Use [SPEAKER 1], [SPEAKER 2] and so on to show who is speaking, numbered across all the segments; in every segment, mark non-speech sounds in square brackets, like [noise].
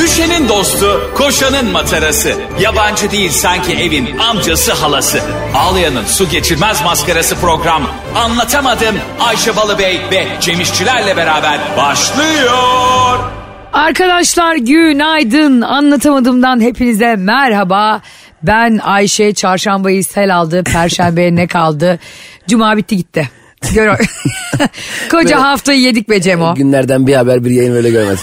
[SPEAKER 1] Ayşe'nin dostu, koşanın matarası. Yabancı değil sanki evin amcası halası. Ağlayan'ın su geçirmez maskarası program. Anlatamadım Ayşe Balıbey ve Cemişçilerle beraber başlıyor.
[SPEAKER 2] Arkadaşlar günaydın. Anlatamadığımdan hepinize merhaba. Ben Ayşe. Çarşambayı sel aldı. Perşembeye ne kaldı? Cuma bitti gitti. Gör [laughs] Koca
[SPEAKER 3] Böyle-
[SPEAKER 2] haftayı yedik be Cemo.
[SPEAKER 3] Günlerden bir haber bir yayın
[SPEAKER 2] [laughs]
[SPEAKER 3] öyle görmedim.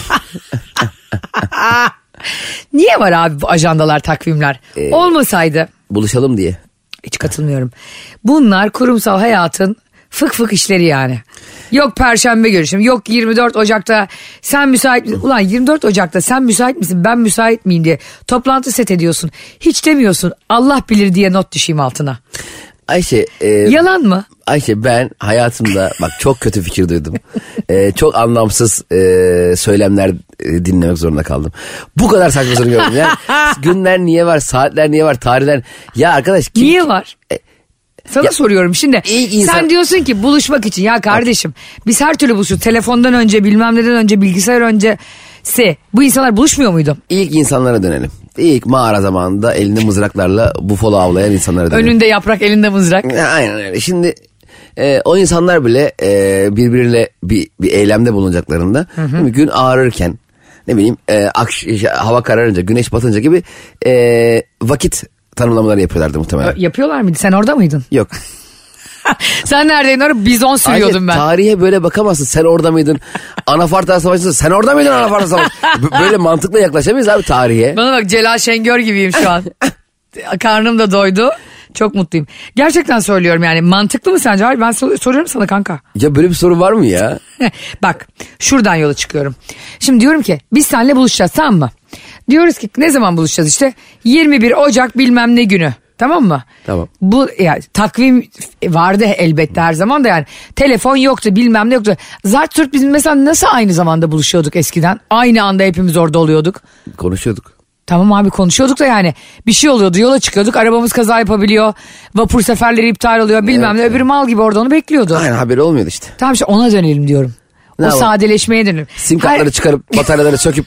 [SPEAKER 2] Niye var abi bu ajandalar takvimler? Olmasaydı.
[SPEAKER 3] Buluşalım diye.
[SPEAKER 2] Hiç katılmıyorum. Bunlar kurumsal hayatın fık fık işleri yani. Yok perşembe görüşüm, yok 24 Ocak'ta sen müsait misin? Ulan 24 Ocak'ta sen müsait misin, ben müsait miyim diye toplantı set ediyorsun. Hiç demiyorsun Allah bilir diye not düşeyim altına.
[SPEAKER 3] Ayşe, e,
[SPEAKER 2] Yalan mı?
[SPEAKER 3] Ayşe ben hayatımda bak çok kötü fikir duydum. E, çok anlamsız e, söylemler e, dinlemek zorunda kaldım. Bu kadar saçmasını gördüm.
[SPEAKER 2] [laughs]
[SPEAKER 3] Yani, günler niye var, saatler niye var, tarihler. Ya arkadaş kim? E,
[SPEAKER 2] Niye var? Sana
[SPEAKER 3] Ya-
[SPEAKER 2] soruyorum şimdi.
[SPEAKER 3] İyi insan-
[SPEAKER 2] Sen diyorsun ki buluşmak için ya kardeşim biz her türlü buluşuyoruz. Telefondan önce bilmem neden önce bilgisayar öncesi bu insanlar buluşmuyor muydu?
[SPEAKER 3] İlk insanlara dönelim. İlk mağara zamanında elinde mızraklarla bufalo avlayan insanlara dönelim.
[SPEAKER 2] Önünde yaprak elinde mızrak.
[SPEAKER 3] Ya, Aynen öyle. Şimdi e, o insanlar bile e, birbirine bir, bir eylemde bulunacaklarında değil mi? gün ağrırken ne bileyim e, akş- şey, hava kararınca güneş batınca gibi e, vakit tanımlamaları yapıyorlardı muhtemelen.
[SPEAKER 2] Yapıyorlar mıydı? Sen orada mıydın?
[SPEAKER 3] Yok.
[SPEAKER 2] Sen neredeydin? Orada bizon sürüyordum
[SPEAKER 3] Ayrıca
[SPEAKER 2] ben.
[SPEAKER 3] Tarihe böyle bakamazsın. Sen orada mıydın? Anafarta Savaşı'nda sen orada mıydın Anafarta Savaşı? B- böyle mantıkla yaklaşamayız abi tarihe.
[SPEAKER 2] Bana bak Celal Şengör gibiyim şu an. Karnım da doydu. Çok mutluyum. Gerçekten söylüyorum yani mantıklı mı sence? Hayır ben sor- soruyorum sana kanka.
[SPEAKER 3] Ya böyle bir soru var mı ya?
[SPEAKER 2] [laughs] bak şuradan yola çıkıyorum. Şimdi diyorum ki biz seninle buluşacağız tamam mı? Diyoruz ki ne zaman buluşacağız işte? 21 Ocak bilmem ne günü. Tamam mı?
[SPEAKER 3] Tamam.
[SPEAKER 2] Bu yani, takvim vardı elbette her zaman da yani. Telefon yoktu bilmem ne yoktu. Zart sürt biz mesela nasıl aynı zamanda buluşuyorduk eskiden? Aynı anda hepimiz orada oluyorduk.
[SPEAKER 3] Konuşuyorduk.
[SPEAKER 2] Tamam abi konuşuyorduk da yani bir şey oluyordu yola çıkıyorduk arabamız kaza yapabiliyor vapur seferleri iptal oluyor bilmem ne öbürü mal gibi orada onu bekliyordu.
[SPEAKER 3] Aynen haberi olmuyordu işte.
[SPEAKER 2] Tamam işte ona dönelim diyorum.
[SPEAKER 3] Ne
[SPEAKER 2] o
[SPEAKER 3] yapalım?
[SPEAKER 2] sadeleşmeye dönelim.
[SPEAKER 3] Sim
[SPEAKER 2] Her-
[SPEAKER 3] kartları çıkarıp bataryaları söküp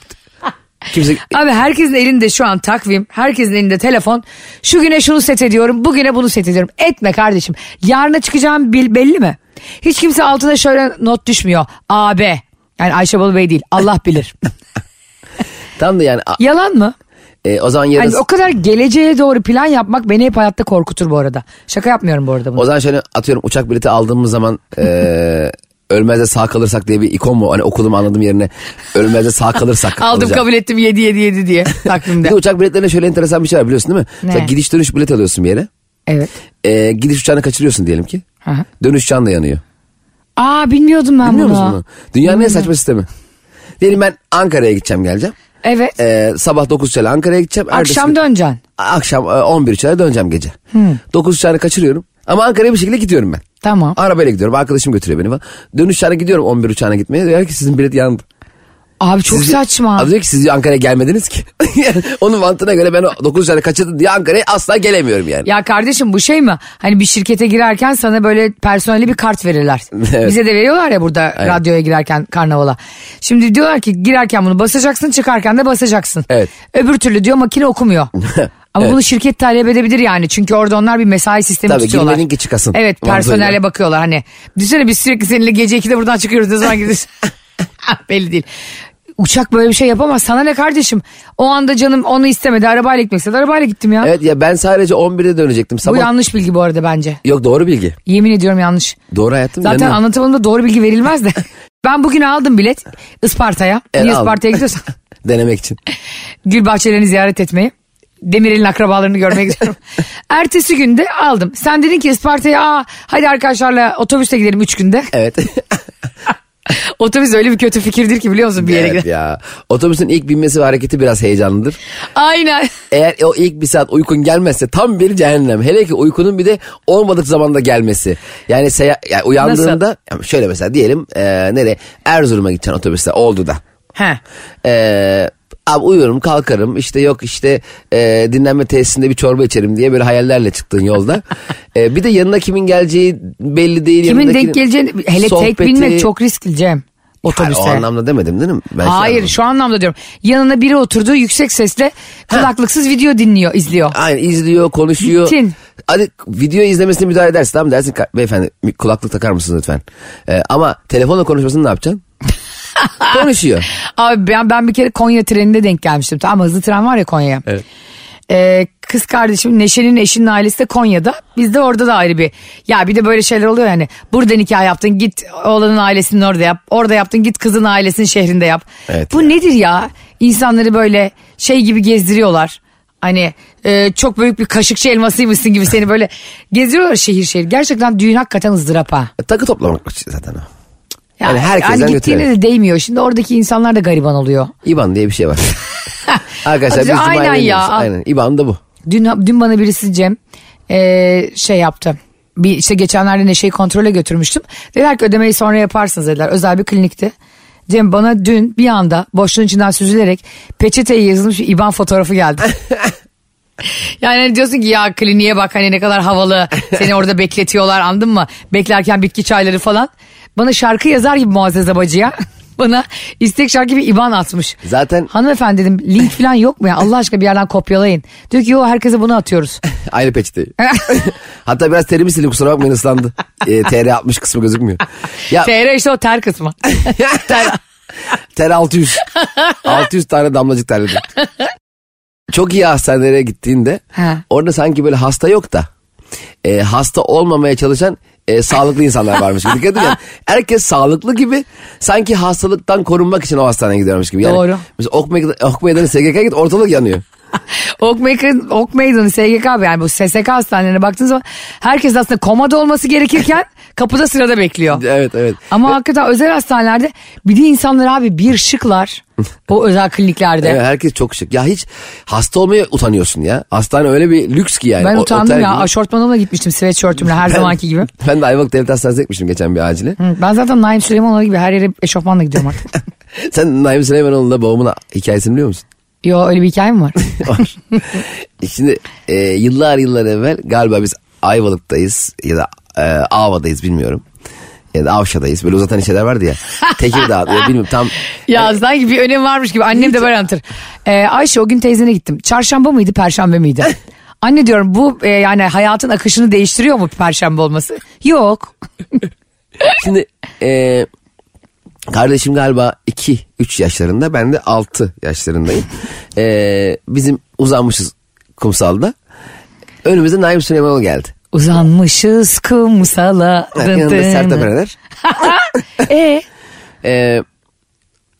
[SPEAKER 3] kimse
[SPEAKER 2] [laughs] Abi herkesin elinde şu an takvim, herkesin elinde telefon. Şu güne şunu set ediyorum, bugüne bunu set ediyorum. Etme kardeşim. Yarına çıkacağım bil, belli mi? Hiç kimse altına şöyle not düşmüyor. AB. Yani Ayşe Balı Bey değil. Allah
[SPEAKER 3] [laughs]
[SPEAKER 2] bilir.
[SPEAKER 3] tam da yani a-
[SPEAKER 2] Yalan mı?
[SPEAKER 3] e, o zaman yarın
[SPEAKER 2] Yani o kadar geleceğe doğru plan yapmak beni hep hayatta korkutur bu arada. Şaka yapmıyorum bu arada bunu.
[SPEAKER 3] O zaman şöyle atıyorum uçak bileti aldığımız zaman
[SPEAKER 2] [laughs]
[SPEAKER 3] eee ölmez de sağ kalırsak diye bir ikon mu? Hani okulumu anladığım yerine ölmez de sağ
[SPEAKER 2] [laughs]
[SPEAKER 3] kalırsak.
[SPEAKER 2] Aldım
[SPEAKER 3] alacağım.
[SPEAKER 2] kabul ettim 7 7 7
[SPEAKER 3] [laughs]
[SPEAKER 2] diye
[SPEAKER 3] Bir
[SPEAKER 2] takvimde.
[SPEAKER 3] de uçak biletlerinde şöyle enteresan bir şey var biliyorsun değil mi?
[SPEAKER 2] Ne?
[SPEAKER 3] Mesela gidiş dönüş bilet alıyorsun bir yere.
[SPEAKER 2] evet.
[SPEAKER 3] Eee, gidiş uçağını kaçırıyorsun diyelim ki.
[SPEAKER 2] Hı hı.
[SPEAKER 3] Dönüş uçağın da yanıyor.
[SPEAKER 2] Aa bilmiyordum ben
[SPEAKER 3] Bilmiyor
[SPEAKER 2] bunu.
[SPEAKER 3] musun bunu? Dünyanın en saçma sistemi. Diyelim ben Ankara'ya gideceğim geleceğim.
[SPEAKER 2] Evet.
[SPEAKER 3] Eee, sabah 9 uçağıyla Ankara'ya gideceğim. Ertesi
[SPEAKER 2] Akşam
[SPEAKER 3] gün-
[SPEAKER 2] döneceksin.
[SPEAKER 3] Akşam e, 11 uçağıyla döneceğim gece. 9 uçağını kaçırıyorum. Ama Ankara'ya bir şekilde gidiyorum ben.
[SPEAKER 2] Tamam.
[SPEAKER 3] Arabayla gidiyorum. Arkadaşım götürüyor beni falan. Dönüş uçağına gidiyorum 11 uçağına gitmeye. Diyor ki sizin bilet yandı.
[SPEAKER 2] Abi çok
[SPEAKER 3] Siz-
[SPEAKER 2] saçma.
[SPEAKER 3] Abi diyor ki siz diyor Ankara'ya gelmediniz ki. [laughs] Yani Onun mantığına göre ben o 9 uçağını kaçırdım diye Ankara'ya asla gelemiyorum yani.
[SPEAKER 2] Ya kardeşim bu şey mi? Hani bir şirkete girerken sana böyle personeli bir kart verirler.
[SPEAKER 3] [laughs] Evet.
[SPEAKER 2] Bize de veriyorlar ya burada
[SPEAKER 3] Aynen.
[SPEAKER 2] radyoya girerken karnavala. Şimdi diyorlar ki girerken bunu basacaksın çıkarken de basacaksın.
[SPEAKER 3] Evet.
[SPEAKER 2] Öbür türlü diyor makine okumuyor. Ama
[SPEAKER 3] [laughs] Evet.
[SPEAKER 2] bunu şirket talep edebilir yani. Çünkü orada onlar bir mesai sistemi
[SPEAKER 3] Tabii,
[SPEAKER 2] tutuyorlar.
[SPEAKER 3] girmedin ki çıkasın.
[SPEAKER 2] Evet
[SPEAKER 3] Mantığıyla.
[SPEAKER 2] personele bakıyorlar hani. Düşünsene biz sürekli seninle gece 2'de buradan çıkıyoruz ne zaman
[SPEAKER 3] [laughs]
[SPEAKER 2] gidiyoruz. [laughs] Belli değil. Uçak böyle bir şey yapamaz. Sana ne kardeşim? O anda canım onu istemedi. Arabayla gitmek istedi. Arabayla gittim ya.
[SPEAKER 3] Evet ya ben sadece 11'de dönecektim.
[SPEAKER 2] Bu
[SPEAKER 3] Sabah...
[SPEAKER 2] yanlış bilgi bu arada bence.
[SPEAKER 3] Yok doğru bilgi.
[SPEAKER 2] Yemin ediyorum yanlış.
[SPEAKER 3] Doğru hayatım.
[SPEAKER 2] Zaten
[SPEAKER 3] yanıyor.
[SPEAKER 2] anlatımında doğru bilgi verilmez
[SPEAKER 3] [laughs]
[SPEAKER 2] de. Ben bugün aldım bilet Isparta'ya.
[SPEAKER 3] Evet,
[SPEAKER 2] Niye
[SPEAKER 3] E, aldım.
[SPEAKER 2] Isparta'ya gidiyorsan?
[SPEAKER 3] [laughs] [laughs] Denemek için.
[SPEAKER 2] Gül bahçelerini ziyaret etmeyi. Demirel'in akrabalarını görmeye
[SPEAKER 3] [laughs]
[SPEAKER 2] gidiyorum. Ertesi günde aldım. Sen dedin ki Isparta'ya Aa, hadi arkadaşlarla otobüste gidelim üç günde. [laughs]
[SPEAKER 3] Evet.
[SPEAKER 2] Otobüs öyle bir kötü fikirdir ki biliyor musun bir yere
[SPEAKER 3] [laughs] evet
[SPEAKER 2] gidelim.
[SPEAKER 3] ya. Otobüsün ilk binmesi ve hareketi biraz heyecanlıdır.
[SPEAKER 2] Aynen.
[SPEAKER 3] Eğer o ilk bir saat uykun gelmezse tam bir cehennem. Hele ki uykunun bir de olmadık zamanda gelmesi. Yani, seya- yani uyandığında Yani şöyle mesela diyelim e, nereye Erzurum'a gideceksin otobüste oldu da.
[SPEAKER 2] He.
[SPEAKER 3] E, abi uyuyorum kalkarım işte yok işte e, dinlenme tesisinde bir çorba içerim diye böyle hayallerle çıktığın yolda. E, bir de yanına kimin geleceği belli değil.
[SPEAKER 2] Kimin
[SPEAKER 3] yanındakinin
[SPEAKER 2] denk geleceğini hele tek
[SPEAKER 3] sohbeti-
[SPEAKER 2] binmek çok riskli Cem. otobüse.
[SPEAKER 3] o anlamda demedim değil mi? Ben şey
[SPEAKER 2] Hayır
[SPEAKER 3] anladım.
[SPEAKER 2] şu anlamda diyorum. Yanına biri oturdu yüksek sesle kulaklıksız video dinliyor, izliyor.
[SPEAKER 3] Aynen izliyor, konuşuyor.
[SPEAKER 2] Bittin.
[SPEAKER 3] Hadi video izlemesine müdahale edersin tamam dersin "Ka- beyefendi mi- kulaklık takar mısınız lütfen? Ee, ama telefonla konuşmasını
[SPEAKER 2] [laughs]
[SPEAKER 3] ne yapacaksın? Konuşuyor.
[SPEAKER 2] Abi ben, ben bir kere Konya treninde denk gelmiştim. Tamam hızlı tren var ya Konya'ya.
[SPEAKER 3] Evet.
[SPEAKER 2] Ee, kız kardeşim Neşe'nin eşinin ailesi de Konya'da. Biz de orada da ayrı bir. Ya bir de böyle şeyler oluyor yani. Burada nikah yaptın git oğlanın ailesinin orada yap. Orada yaptın git kızın ailesinin şehrinde yap.
[SPEAKER 3] Evet
[SPEAKER 2] Bu
[SPEAKER 3] ya.
[SPEAKER 2] nedir ya? İnsanları böyle şey gibi gezdiriyorlar. Hani e, çok büyük bir kaşıkçı elmasıymışsın gibi seni böyle [laughs] gezdiriyorlar şehir şehir. Gerçekten düğün hakikaten ızdırap ha.
[SPEAKER 3] E, Takı toplamak zaten o.
[SPEAKER 2] Ya,
[SPEAKER 3] Yani herkesten
[SPEAKER 2] hani gittiğine
[SPEAKER 3] götürelim.
[SPEAKER 2] de değmiyor. Şimdi oradaki insanlar da gariban oluyor.
[SPEAKER 3] İban diye bir
[SPEAKER 2] [laughs]
[SPEAKER 3] şey var. Arkadaşlar biz
[SPEAKER 2] Aynen
[SPEAKER 3] Cuma'ya
[SPEAKER 2] ya.
[SPEAKER 3] gidiyoruz. Aynen. İban da bu.
[SPEAKER 2] Dün dün bana birisi Cem eee, şey yaptı. Bir işte geçenlerde Neşe'yi kontrole götürmüştüm. Dediler ki ödemeyi sonra yaparsınız dediler. Özel bir klinikti. Cem bana dün bir anda boşluğun içinden süzülerek peçeteye yazılmış bir IBAN fotoğrafı geldi. yani hani diyorsun ki ya kliniğe bak hani ne kadar havalı seni orada bekletiyorlar anladın mı? Beklerken bitki çayları falan. Bana şarkı yazar gibi Muazzez Abacı'ya [laughs] bana istek şarkı bir IBAN atmış.
[SPEAKER 3] Zaten-
[SPEAKER 2] Hanımefendi dedim link falan yok mu ya? Allah aşkına bir yerden kopyalayın. Diyor ki yo herkese bunu atıyoruz.
[SPEAKER 3] Aynı peçete. [laughs] Hatta biraz terimi sildi kusura bakmayın
[SPEAKER 2] [laughs]
[SPEAKER 3] ıslandı. Ee, TR 60 kısmı gözükmüyor. Ya
[SPEAKER 2] TR işte o ter kısmı.
[SPEAKER 3] [laughs] ter, ter 600. 600 tane damlacık terledim. Çok iyi hastanelere gittiğinde
[SPEAKER 2] Ha.
[SPEAKER 3] orada sanki böyle hasta yok da e, hasta olmamaya çalışan e, sağlıklı insanlar varmış gibi. Dikkat edin yani. Herkes sağlıklı gibi sanki hastalıktan korunmak için o hastaneye gidiyormuş gibi. Yani,
[SPEAKER 2] Doğru.
[SPEAKER 3] Mesela ok, ok meydanı SGK'ya git ortalık yanıyor.
[SPEAKER 2] ok, Meydan, ok Meydanı SGK abi yani bu SSK hastanelerine baktığınız zaman herkes aslında komada olması gerekirken [laughs] kapıda sırada bekliyor.
[SPEAKER 3] Evet evet.
[SPEAKER 2] Ama hakikaten özel hastanelerde bir de insanlar abi bir şıklar o özel kliniklerde.
[SPEAKER 3] Evet, herkes çok şık. Ya hiç hasta olmaya utanıyorsun ya. Hastane öyle bir lüks ki yani.
[SPEAKER 2] Ben
[SPEAKER 3] O-
[SPEAKER 2] utandım
[SPEAKER 3] otel
[SPEAKER 2] ya
[SPEAKER 3] gibi.
[SPEAKER 2] aşortmanımla gitmiştim sweatshirtümle her zamanki gibi.
[SPEAKER 3] Ben de Ayvalık Devlet Hastanesi'ne gitmiştim geçen bir acile.
[SPEAKER 2] Hı, Ben zaten Naim Süleymanoğlu gibi her yere eşofmanla gidiyorum
[SPEAKER 3] [laughs]
[SPEAKER 2] artık.
[SPEAKER 3] Sen Naim Süleymanoğlu'nda babamın hikayesini biliyor musun?
[SPEAKER 2] Yo öyle bir hikaye mi var?
[SPEAKER 3] Var. Şimdi e, yıllar yıllar evvel galiba biz Ayvalık'tayız ya da e, Ava'dayız bilmiyorum. Ya da Avşa'dayız. Böyle uzatan şeyler vardı ya. Tekirdağ. ya bilmiyorum tam.
[SPEAKER 2] Ya sanki bir önemi varmış gibi. Annem de böyle anlatır. Ee, Ayşe o gün teyzene gittim. Çarşamba mıydı, perşembe miydi?
[SPEAKER 3] [laughs]
[SPEAKER 2] Anne diyorum bu e, yani hayatın akışını değiştiriyor mu perşembe olması? Yok.
[SPEAKER 3] Şimdi e, kardeşim galiba 2-3 yaşlarında ben de 6 yaşlarındayım. E, bizim uzanmışız kumsalda. Önümüzde Naim Süleymanoğlu geldi.
[SPEAKER 2] Uzanmışız kumsala.
[SPEAKER 3] Yanında Sertab Erener.
[SPEAKER 2] e,
[SPEAKER 3] E,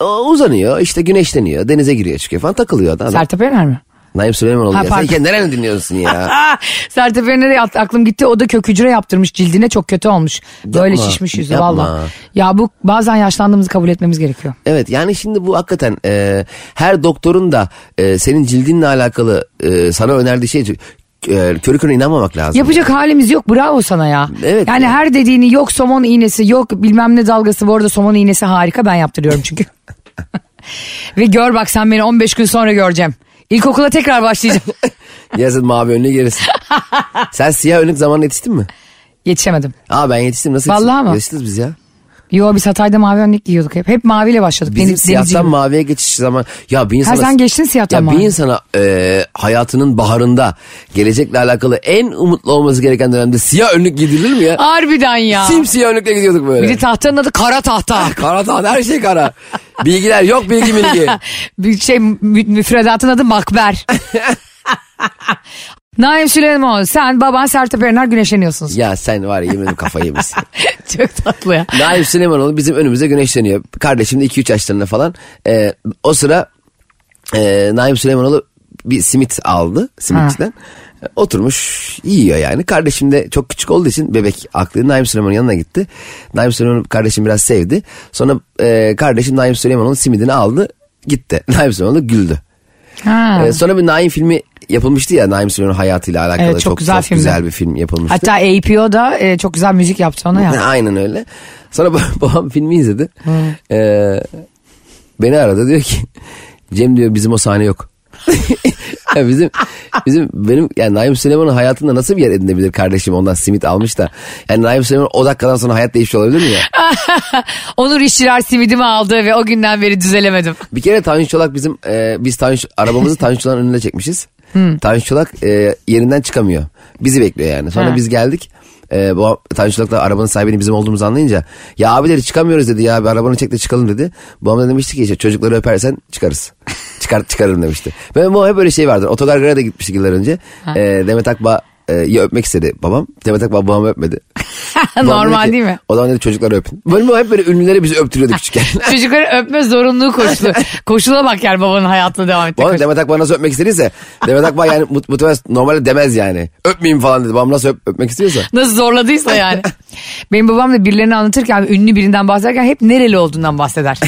[SPEAKER 3] o uzanıyor işte güneşleniyor denize giriyor çıkıyor falan takılıyor [laughs] adam.
[SPEAKER 2] Sertab Erener mi?
[SPEAKER 3] Naim Süleymanoğlu
[SPEAKER 2] Ha,
[SPEAKER 3] ya. Sen
[SPEAKER 2] pardon.
[SPEAKER 3] iken nereden
[SPEAKER 2] [laughs]
[SPEAKER 3] dinliyorsun ya?
[SPEAKER 2] Aa, Sertab Erener'e at- aklım gitti. O da kök hücre yaptırmış cildine çok kötü olmuş. Böyle
[SPEAKER 3] Yapma,
[SPEAKER 2] şişmiş yüzü
[SPEAKER 3] yapma.
[SPEAKER 2] valla. Ya bu bazen yaşlandığımızı kabul etmemiz gerekiyor.
[SPEAKER 3] evet yani şimdi bu hakikaten e, her doktorun da e, senin cildinle alakalı e, sana önerdiği şey e, körü körüne inanmamak lazım.
[SPEAKER 2] Yapacak halimiz yok bravo sana ya.
[SPEAKER 3] Evet.
[SPEAKER 2] Yani her dediğini yok somon iğnesi yok bilmem ne dalgası bu arada somon iğnesi harika ben yaptırıyorum
[SPEAKER 3] [laughs]
[SPEAKER 2] çünkü. Ve gör bak sen beni 15 gün sonra göreceğim. İlkokula tekrar
[SPEAKER 3] [laughs]
[SPEAKER 2] başlayacağım.
[SPEAKER 3] [laughs] Yazın mavi
[SPEAKER 2] [laughs]
[SPEAKER 3] önlüğe gelirsin. Sen siyah önlük zamanında yetiştin mi?
[SPEAKER 2] Yetişemedim.
[SPEAKER 3] Aa ben yetiştim nasıl
[SPEAKER 2] Vallahi
[SPEAKER 3] yetiştim?
[SPEAKER 2] mi?
[SPEAKER 3] Yetiştiniz biz ya.
[SPEAKER 2] Yo biz Hatay'da mavi önlük giyiyorduk hep. Hep maviyle başladık.
[SPEAKER 3] Bizim
[SPEAKER 2] Deniz- denizci
[SPEAKER 3] siyahtan
[SPEAKER 2] gibi.
[SPEAKER 3] maviye geçiş zaman. Ya bir
[SPEAKER 2] Ha,
[SPEAKER 3] insana,
[SPEAKER 2] sen geçtin siyahtan
[SPEAKER 3] ya
[SPEAKER 2] maviye.
[SPEAKER 3] Bir insana e, hayatının baharında gelecekle alakalı en umutlu olması gereken dönemde siyah önlük giydirilir mi ya?
[SPEAKER 2] Harbiden ya.
[SPEAKER 3] Simsiyah önlükle gidiyorduk böyle.
[SPEAKER 2] Bir de tahtanın adı kara tahta.
[SPEAKER 3] [laughs] Kara tahta her şey kara. Bilgiler yok
[SPEAKER 2] [laughs]
[SPEAKER 3] bilgi bilgi.
[SPEAKER 2] Bir şey mü- müfredatın adı
[SPEAKER 3] [laughs]
[SPEAKER 2] makber. Naim Süleymanoğlu sen baban Sertab Erener güneşleniyorsunuz.
[SPEAKER 3] ya sen var ya yemin ederim kafayı yemişsin.
[SPEAKER 2] Çok tatlı ya.
[SPEAKER 3] Naim Süleymanoğlu bizim önümüze güneşleniyor. Kardeşim de 2-3 yaşlarında falan. Ee, o sıra e, Naim Süleymanoğlu bir simit aldı simitçiden. Ee, Oturmuş yiyor yani. Kardeşim de çok küçük olduğu için bebek aklı Naim Süleymanoğlu'nun yanına gitti. Naim Süleymanoğlu kardeşim biraz sevdi. Sonra e, kardeşim Naim Süleymanoğlu'nun simidini aldı gitti. [laughs] Naim Süleymanoğlu güldü.
[SPEAKER 2] Ha.
[SPEAKER 3] Ee, sonra bir Naim filmi yapılmıştı ya Naim Süleymanoğlu hayatıyla alakalı
[SPEAKER 2] Evet, çok güzel filmdi.
[SPEAKER 3] güzel bir film yapılmıştı.
[SPEAKER 2] Hatta APO da e, çok güzel müzik yaptı ona ya.
[SPEAKER 3] [laughs] Aynen öyle. Sonra [laughs] ba- babam filmi izledi. Ee, beni aradı diyor ki Cem diyor bizim o sahne yok. [laughs] Ya bizim Bizim benim yani Naim Süleyman'ın hayatında nasıl bir yer edinebilir kardeşim ondan simit almış da. Yani Naim Süleyman o dakikadan sonra hayat değişiyor olabilir mi ya?
[SPEAKER 2] [laughs] Onur işçiler simidimi aldı ve o günden beri düzelemedim. [laughs]
[SPEAKER 3] Bir kere Tanju Çolak bizim e, biz Tanju, arabamızı Tanju Çolak'ın önüne çekmişiz. Tanju Çolak e, yerinden çıkamıyor. Bizi bekliyor yani. Sonra
[SPEAKER 2] Ha.
[SPEAKER 3] biz geldik. E, bu Tanju Çolak da arabanın sahibinin bizim olduğumuzu anlayınca ya abi dedi çıkamıyoruz dedi ya abi arabanı çek de çıkalım dedi. Babam da demişti ki işte çocukları öpersen
[SPEAKER 2] [laughs]
[SPEAKER 3] çıkarız. Çıkar çıkarırım demişti. Ben bu hep böyle şey vardır. Otogargara da gitmiştik yıllar önce. E, Demet Akba e, ya öpmek istedi babam. Demet Akba babamı öpmedi. Babam dedi
[SPEAKER 2] [laughs] Normal
[SPEAKER 3] ki,
[SPEAKER 2] değil mi?
[SPEAKER 3] O zaman dedi çocukları öpün. Böyle bu hep böyle ünlüleri bizi
[SPEAKER 2] [laughs]
[SPEAKER 3] öptürüyordu küçükken.
[SPEAKER 2] Çocukları öpme zorunluluğu koşulu. Koşula bak yani babanın hayatına devam
[SPEAKER 3] Bu
[SPEAKER 2] ettiği
[SPEAKER 3] arada
[SPEAKER 2] koşul.
[SPEAKER 3] Demet Akbağ nasıl öpmek istediyse Demet Akbağ yani mut, muhtemelen normalde demez yani. Öpmeyeyim falan dedi. Babam nasıl öp, öpmek istiyorsa.
[SPEAKER 2] Nasıl zorladıysa yani. Benim babam da birilerini anlatırken ünlü birinden bahsederken hep nereli olduğundan bahseder.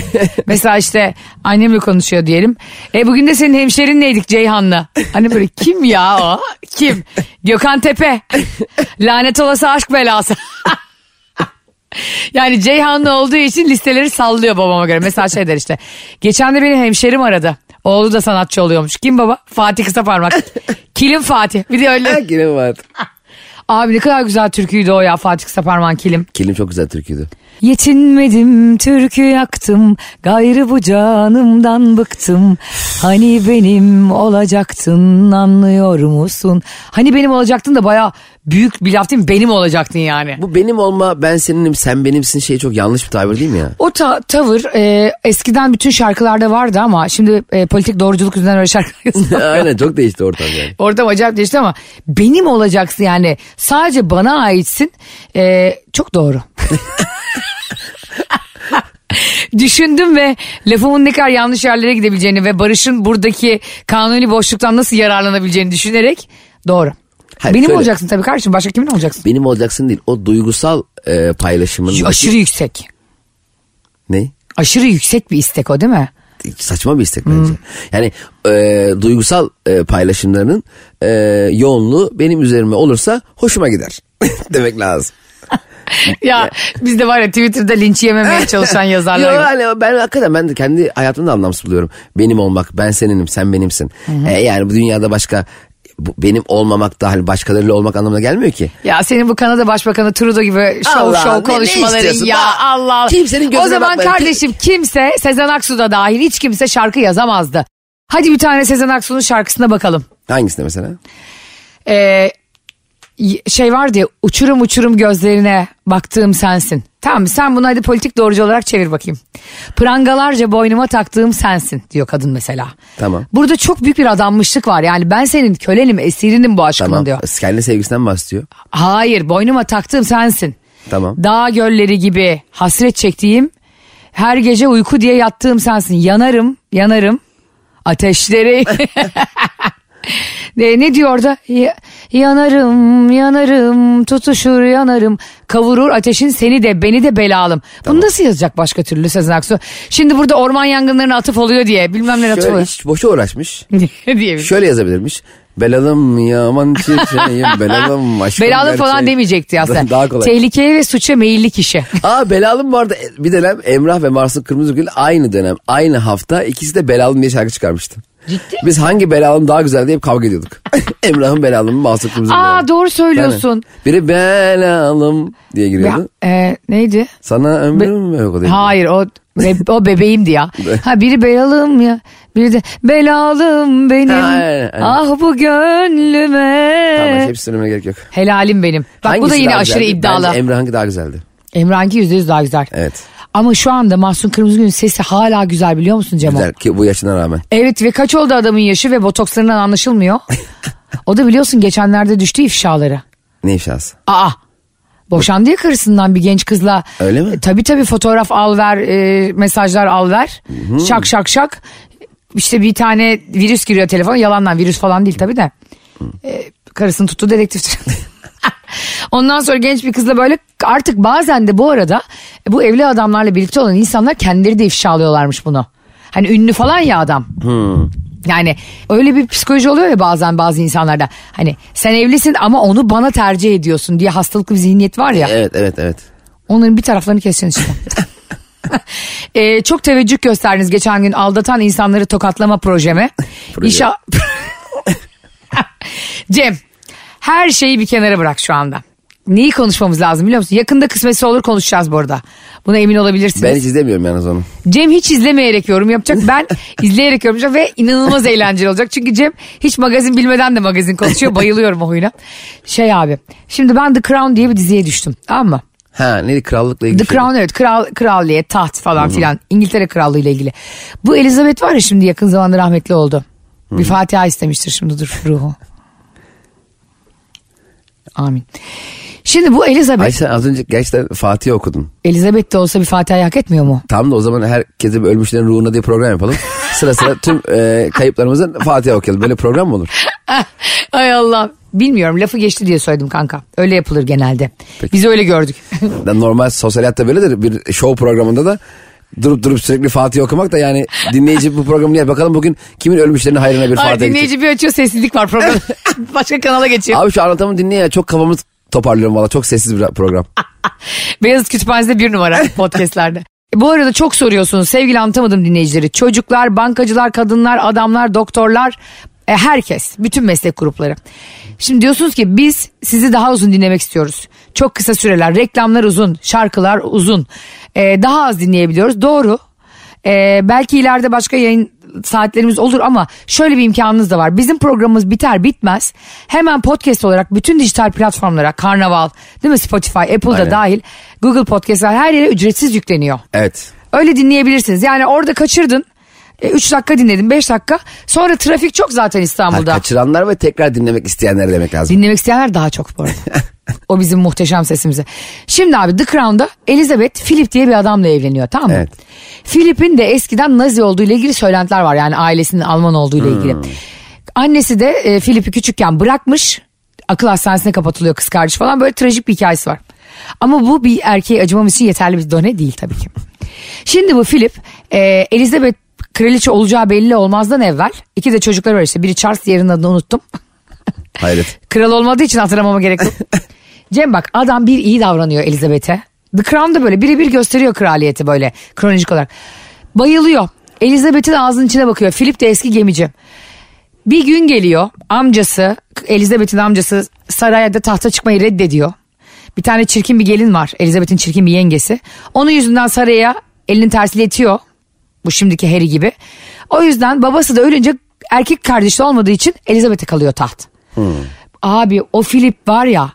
[SPEAKER 2] Mesela işte annemle konuşuyor diyelim. E bugün de senin hemşerin neydik Ceyhan'la? Hani böyle kim ya o? Kim? Gökhan Tepe. Lanet olası aşk belası. Yani Ceyhan'la olduğu için listeleri sallıyor babama göre. Mesela şey der işte. Geçen de benim hemşerim aradı. Oğlu da sanatçı oluyormuş. Kim baba? Fatih Kısaparmak. Kilim Fatih. Bir de öyle.
[SPEAKER 3] Ha, kilim vardı.
[SPEAKER 2] Abi ne kadar güzel türküydü o ya Fatih Kısaparmak kilim.
[SPEAKER 3] Kilim çok güzel türküydü.
[SPEAKER 2] Yetinmedim türkü yaktım gayrı bu canımdan bıktım. Hani benim olacaktın anlıyor musun? Hani benim olacaktın da baya büyük bir laf değil mi? Benim olacaktın yani.
[SPEAKER 3] Bu benim olma ben seninim sen benimsin şey çok yanlış bir tabir değil mi ya? [laughs]
[SPEAKER 2] O ta- tavır e, eskiden bütün şarkılarda vardı ama şimdi e, politik doğruculuk yüzünden öyle şarkı [laughs] yazılıyor.
[SPEAKER 3] Aynen çok değişti ortam yani.
[SPEAKER 2] Orada acayip değişti ama benim olacaksın yani sadece bana aitsin E, çok
[SPEAKER 3] [laughs]
[SPEAKER 2] doğru. Düşündüm ve lafımın ne kadar yanlış yerlere gidebileceğini ve Barış'ın buradaki kanuni boşluktan nasıl yararlanabileceğini düşünerek doğru.
[SPEAKER 3] Hayır,
[SPEAKER 2] benim
[SPEAKER 3] şöyle.
[SPEAKER 2] olacaksın tabii kardeşim başka kimin olacaksın?
[SPEAKER 3] Benim olacaksın değil o duygusal e, paylaşımın.
[SPEAKER 2] Aşırı yüksek.
[SPEAKER 3] Ne?
[SPEAKER 2] Aşırı yüksek bir istek o değil mi?
[SPEAKER 3] saçma bir istek bence. Yani e, duygusal e, paylaşımlarının e, yoğunluğu benim üzerime olursa hoşuma gider. [laughs] Demek lazım.
[SPEAKER 2] Ya biz de var ya Twitter'da linç
[SPEAKER 3] [laughs]
[SPEAKER 2] yememeye çalışan yazarlar.
[SPEAKER 3] Yo,
[SPEAKER 2] gibi.
[SPEAKER 3] hani ben hakikaten ben de kendi hayatımda anlamsız buluyorum. Benim olmak, ben seninim, sen benimsin. E, yani bu dünyada başka bu, benim olmamak da hani başkalarıyla olmak anlamına gelmiyor ki.
[SPEAKER 2] Ya senin bu Kanada Başbakanı Trudeau gibi şov
[SPEAKER 3] Allah, ne-
[SPEAKER 2] şov
[SPEAKER 3] ne
[SPEAKER 2] konuşmaların
[SPEAKER 3] istiyorsun?
[SPEAKER 2] ya
[SPEAKER 3] Aa,
[SPEAKER 2] Allah. Allah.
[SPEAKER 3] kimsenin gözüne
[SPEAKER 2] O zaman
[SPEAKER 3] bakmayın.
[SPEAKER 2] kardeşim kimse Sezen Aksu da dahil hiç kimse şarkı yazamazdı. Hadi bir tane Sezen Aksu'nun şarkısına bakalım.
[SPEAKER 3] Hangisinde mesela?
[SPEAKER 2] Ee, y- şey vardı ya uçurum uçurum gözlerine baktığım sensin. Tamam sen bunu hadi politik doğrucu olarak çevir bakayım. Prangalarca boynuma taktığım sensin diyor kadın mesela.
[SPEAKER 3] Tamam.
[SPEAKER 2] Burada çok büyük bir adanmışlık var yani ben senin kölenim esirinim bu aşkımın
[SPEAKER 3] Tamam. E,
[SPEAKER 2] diyor.
[SPEAKER 3] Kendi sevgisinden bahsediyor.
[SPEAKER 2] Hayır boynuma taktığım sensin.
[SPEAKER 3] Tamam.
[SPEAKER 2] Dağ gölleri gibi hasret çektiğim her gece uyku diye yattığım sensin. Yanarım yanarım ateşleri. [laughs] ne, ne diyor da yanarım yanarım tutuşur yanarım kavurur ateşin seni de beni de belalım. Bunu nasıl yazacak başka türlü Sezen Aksu? Şimdi burada orman yangınlarına atıf oluyor diye bilmem ne atıf
[SPEAKER 3] Şöyle
[SPEAKER 2] oluyor. [laughs]
[SPEAKER 3] hiç boşa uğraşmış.
[SPEAKER 2] diye. şey.
[SPEAKER 3] Şöyle yazabilirmiş. Belalım yaman çiçeğim
[SPEAKER 2] [laughs]
[SPEAKER 3] belalım aşkım
[SPEAKER 2] Belalım
[SPEAKER 3] gerçeğim.
[SPEAKER 2] falan demeyecekti aslında.
[SPEAKER 3] Daha kolay.
[SPEAKER 2] Tehlikeye ve suça meyilli kişi.
[SPEAKER 3] Aa belalım bu arada bir dönem Emrah ve Marsuk Kırmızıgül aynı dönem aynı hafta ikisi de belalım diye şarkı çıkarmıştı.
[SPEAKER 2] [laughs] Ciddi
[SPEAKER 3] Biz hangi belalım daha güzel diye hep kavga ediyorduk. [laughs] Emrah'ın belalım Marsuk Kırmızıgül.
[SPEAKER 2] Aa doğru söylüyorsun.
[SPEAKER 3] Biri belalım diye giriyordu.
[SPEAKER 2] Ya, e, neydi?
[SPEAKER 3] Sana ömrüm yok o değil.
[SPEAKER 2] Hayır o be- o bebeğimdi
[SPEAKER 3] [laughs]
[SPEAKER 2] ya. Ha biri belalım ya. Biri de belalım benim.
[SPEAKER 3] Ha, aynen, aynen.
[SPEAKER 2] Ah bu gönlüme.
[SPEAKER 3] Tamam hepsi söylemene gerek yok.
[SPEAKER 2] Helalim benim. Bak bu da
[SPEAKER 3] Hangisi
[SPEAKER 2] yine
[SPEAKER 3] daha
[SPEAKER 2] aşırı
[SPEAKER 3] güzeldi?
[SPEAKER 2] iddialı.
[SPEAKER 3] Bence Emrah'ınki daha güzeldi.
[SPEAKER 2] Emranki yüzde yüz daha güzel.
[SPEAKER 3] Evet.
[SPEAKER 2] Ama şu anda Mahsun Kırmızıgül'ün sesi hala güzel biliyor musun Cemo?
[SPEAKER 3] Güzel ki bu yaşına rağmen.
[SPEAKER 2] Evet ve kaç oldu adamın yaşı ve botokslarından
[SPEAKER 3] [laughs]
[SPEAKER 2] anlaşılmıyor. o da biliyorsun geçenlerde düştü ifşaları.
[SPEAKER 3] Ne ifşası?
[SPEAKER 2] Aa. Boşandı ya karısından bir genç kızla.
[SPEAKER 3] Öyle mi?
[SPEAKER 2] E, Tabii tabii fotoğraf al ver, e, mesajlar al ver. Şak şak şak. İşte bir tane virüs giriyor telefona. Yalandan virüs falan değil tabii de. E, karısını tuttu dedektif. [laughs] Ondan sonra genç bir kızla böyle artık bazen de bu arada bu evli adamlarla birlikte olan insanlar kendileri de ifşalıyorlarmış bunu. Hani ünlü falan ya adam. Yani öyle bir psikoloji oluyor ya bazen bazı insanlarda. Hani sen evlisin ama onu bana tercih ediyorsun diye hastalıklı bir zihniyet var ya.
[SPEAKER 3] Evet evet evet.
[SPEAKER 2] Onların bir taraflarını keseceksin işte. Ee, çok teveccüh gösterdiniz geçen gün aldatan insanları tokatlama projeme.
[SPEAKER 3] Proje.
[SPEAKER 2] İnşa- [laughs] Cem her şeyi bir kenara bırak şu anda. Neyi konuşmamız lazım biliyor musun? Yakında kısmetse olur konuşacağız bu arada. Buna emin olabilirsiniz.
[SPEAKER 3] Ben hiç izlemiyorum yalnız onu.
[SPEAKER 2] Cem hiç izlemeyerek yorum yapacak. Ben [laughs] izleyerek yorum yapacağım ve inanılmaz eğlenceli olacak. Çünkü Cem hiç magazin bilmeden de magazin konuşuyor. Bayılıyorum o huyuna. Şey abi şimdi ben The Crown diye bir diziye düştüm. Tamam mı?
[SPEAKER 3] Ha neydi krallıkla ilgili.
[SPEAKER 2] The
[SPEAKER 3] şey.
[SPEAKER 2] Crown evet kral, kraliyet taht falan filan İngiltere krallığı ile ilgili. Bu Elizabeth var ya şimdi yakın zamanda rahmetli oldu. Bir Fatiha istemiştir şimdi dur ruhu. Amin. Şimdi bu Elizabeth,
[SPEAKER 3] Ay sen az önce gerçekten Fatih okudun.
[SPEAKER 2] Elizabeth de olsa bir Fatiha'yı hak etmiyor mu?
[SPEAKER 3] Tam da o zaman herkese bir ölmüşlerin ruhuna diye program yapalım. [laughs] sıra sıra tüm e, kayıplarımızın Fatiha okuyalım. Böyle program mı olur?
[SPEAKER 2] [laughs] Ay Allah. Bilmiyorum lafı geçti diye söyledim kanka. Öyle yapılır genelde.
[SPEAKER 3] Peki.
[SPEAKER 2] Biz öyle gördük.
[SPEAKER 3] Ya normal sosyal hayatta böyledir. Bir show programında da durup durup sürekli Fatih okumak da yani dinleyici bu programı niye bakalım bugün kimin ölmüşlerinin hayrına bir
[SPEAKER 2] Ay
[SPEAKER 3] Fatiha gidecek.
[SPEAKER 2] dinleyici bir açıyor sessizlik var program. [laughs] Başka kanala geçiyor.
[SPEAKER 3] Abi şu anlatamı dinle ya çok kafamız toparlıyorum valla çok sessiz bir program.
[SPEAKER 2] Ah, Beyazıt Kütüphanesi'de bir numara podcastlerde. E, Bu arada çok soruyorsunuz sevgili anlatamadım dinleyicileri. Çocuklar, bankacılar, kadınlar, adamlar, doktorlar, e, herkes. Bütün meslek grupları. Şimdi diyorsunuz ki biz sizi daha uzun dinlemek istiyoruz. Çok kısa süreler, reklamlar uzun, şarkılar uzun. E, daha az dinleyebiliyoruz. Doğru. Ee, belki ileride başka yayın saatlerimiz olur ama şöyle bir imkanınız da var. Bizim programımız biter bitmez hemen podcast olarak bütün dijital platformlara Karnaval değil mi Spotify, Apple'da
[SPEAKER 3] Aynen.
[SPEAKER 2] dahil Google Podcast'lar her yere ücretsiz yükleniyor.
[SPEAKER 3] Evet.
[SPEAKER 2] Öyle dinleyebilirsiniz. Yani orada kaçırdın 3 dakika dinledin 5 dakika sonra trafik çok zaten
[SPEAKER 3] Ha,
[SPEAKER 2] İstanbul'da.
[SPEAKER 3] kaçıranlar ve tekrar dinlemek isteyenler demek lazım.
[SPEAKER 2] Dinlemek isteyenler daha çok
[SPEAKER 3] [laughs]
[SPEAKER 2] bu arada. o bizim muhteşem sesimize. Şimdi abi The Crown'da Elizabeth Philip diye bir adamla evleniyor tamam mı?
[SPEAKER 3] Evet.
[SPEAKER 2] Philip'in de eskiden Nazi olduğu ile ilgili söylentiler var. Yani ailesinin Alman olduğu ile ilgili.
[SPEAKER 3] Hmm.
[SPEAKER 2] Annesi de e, Philip'i küçükken bırakmış. Akıl hastanesine kapatılıyor kız kardeş falan. Böyle trajik bir hikayesi var. Ama bu bir erkeğe acımamız için yeterli bir done değil tabii ki. Şimdi bu Philip e, Elizabeth kraliçe olacağı belli olmazdan evvel. iki de çocukları var işte. Biri Charles diğerinin adını unuttum.
[SPEAKER 3] Hayret.
[SPEAKER 2] Kral olmadığı için hatırlamama gerek yok. Cem bak adam bir iyi davranıyor Elizabeth'e. The Crown'da böyle birebir gösteriyor kraliyeti böyle kronolojik olarak. Bayılıyor. Elizabeth'in ağzının içine bakıyor. Philip de eski gemici. Bir gün geliyor amcası Elizabeth'in amcası sarayda tahta çıkmayı reddediyor. Bir tane çirkin bir gelin var. Elizabeth'in çirkin bir yengesi. Onun yüzünden saraya elini tersiyle itiyor. Bu şimdiki Harry gibi. O yüzden babası da ölünce erkek kardeşi olmadığı için Elizabeth'e kalıyor taht. Abi o Philip var ya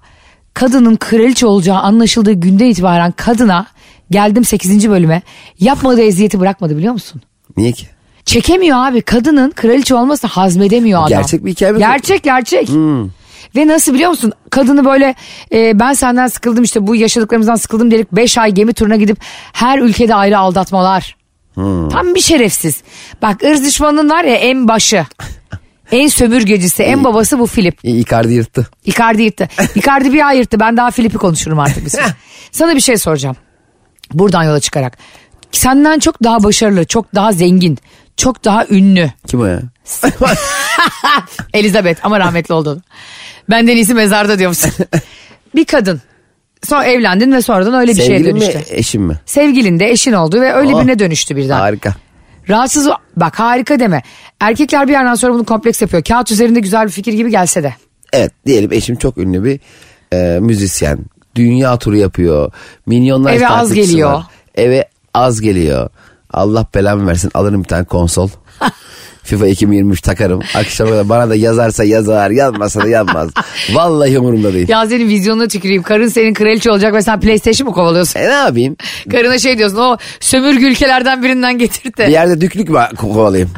[SPEAKER 2] kadının kraliçe olacağı anlaşıldığı günden itibaren kadına geldim 8. bölüme yapmadığı eziyeti bırakmadı biliyor musun?
[SPEAKER 3] Niye ki?
[SPEAKER 2] Çekemiyor abi. Kadının kraliçe olması hazmedemiyor adam.
[SPEAKER 3] Gerçek bir hikaye mi? Hmm.
[SPEAKER 2] Gerçek gerçek. Ve nasıl biliyor musun? Kadını böyle e, ben senden sıkıldım işte bu yaşadıklarımızdan sıkıldım dedik. 5 ay gemi turuna gidip her ülkede ayrı aldatmalar.
[SPEAKER 3] Hmm.
[SPEAKER 2] Tam bir şerefsiz. Bak ırz düşmanının var ya en başı.
[SPEAKER 3] [laughs]
[SPEAKER 2] En sömürgecisi, en babası bu Filip.
[SPEAKER 3] İ- Icardi yırttı.
[SPEAKER 2] Icardi
[SPEAKER 3] [laughs]
[SPEAKER 2] yırttı. Icardi bir ay yırttı. Ben daha Filip'i konuşurum artık bir süre. Sana bir şey soracağım. Buradan yola çıkarak. Senden çok daha başarılı, çok daha zengin, çok daha
[SPEAKER 3] [laughs]
[SPEAKER 2] ünlü.
[SPEAKER 3] Kim o ya?
[SPEAKER 2] Elizabeth ama rahmetli oldun. Benden iyisi mezarda diyor musun?
[SPEAKER 3] [laughs]
[SPEAKER 2] bir kadın. Sonra evlendin ve sonradan öyle bir şey şeye
[SPEAKER 3] Sevgilin mi
[SPEAKER 2] dönüştü.
[SPEAKER 3] eşim mi?
[SPEAKER 2] Sevgilin de eşin oldu ve öyle
[SPEAKER 3] Oh.
[SPEAKER 2] birine dönüştü birden.
[SPEAKER 3] Harika.
[SPEAKER 2] Rahatsız bak harika deme. Erkekler bir yerden sonra bunu kompleks yapıyor. Kağıt üzerinde güzel bir fikir gibi gelse de.
[SPEAKER 3] Evet diyelim eşim çok ünlü bir e, müzisyen. Dünya turu yapıyor. Milyonlar
[SPEAKER 2] Eve az
[SPEAKER 3] takipçisi
[SPEAKER 2] geliyor.
[SPEAKER 3] var. Eve az geliyor. Allah belamı versin alırım bir
[SPEAKER 2] [laughs]
[SPEAKER 3] tane konsol. FIFA 2023 takarım. Akşama kadar bana da yazarsa yazar, yazmazsa
[SPEAKER 2] [laughs]
[SPEAKER 3] da yazmaz. Vallahi umurumda değil.
[SPEAKER 2] Ya senin vizyonuna tüküreyim. Karın senin kraliçe olacak ve sen PlayStation mı kovalıyorsun? [laughs]
[SPEAKER 3] E ne yapayım?
[SPEAKER 2] Karına şey diyorsun o sömürge ülkelerden birinden getir
[SPEAKER 3] Bir
[SPEAKER 2] de.
[SPEAKER 3] yerde düklük mü ko- kovalayayım?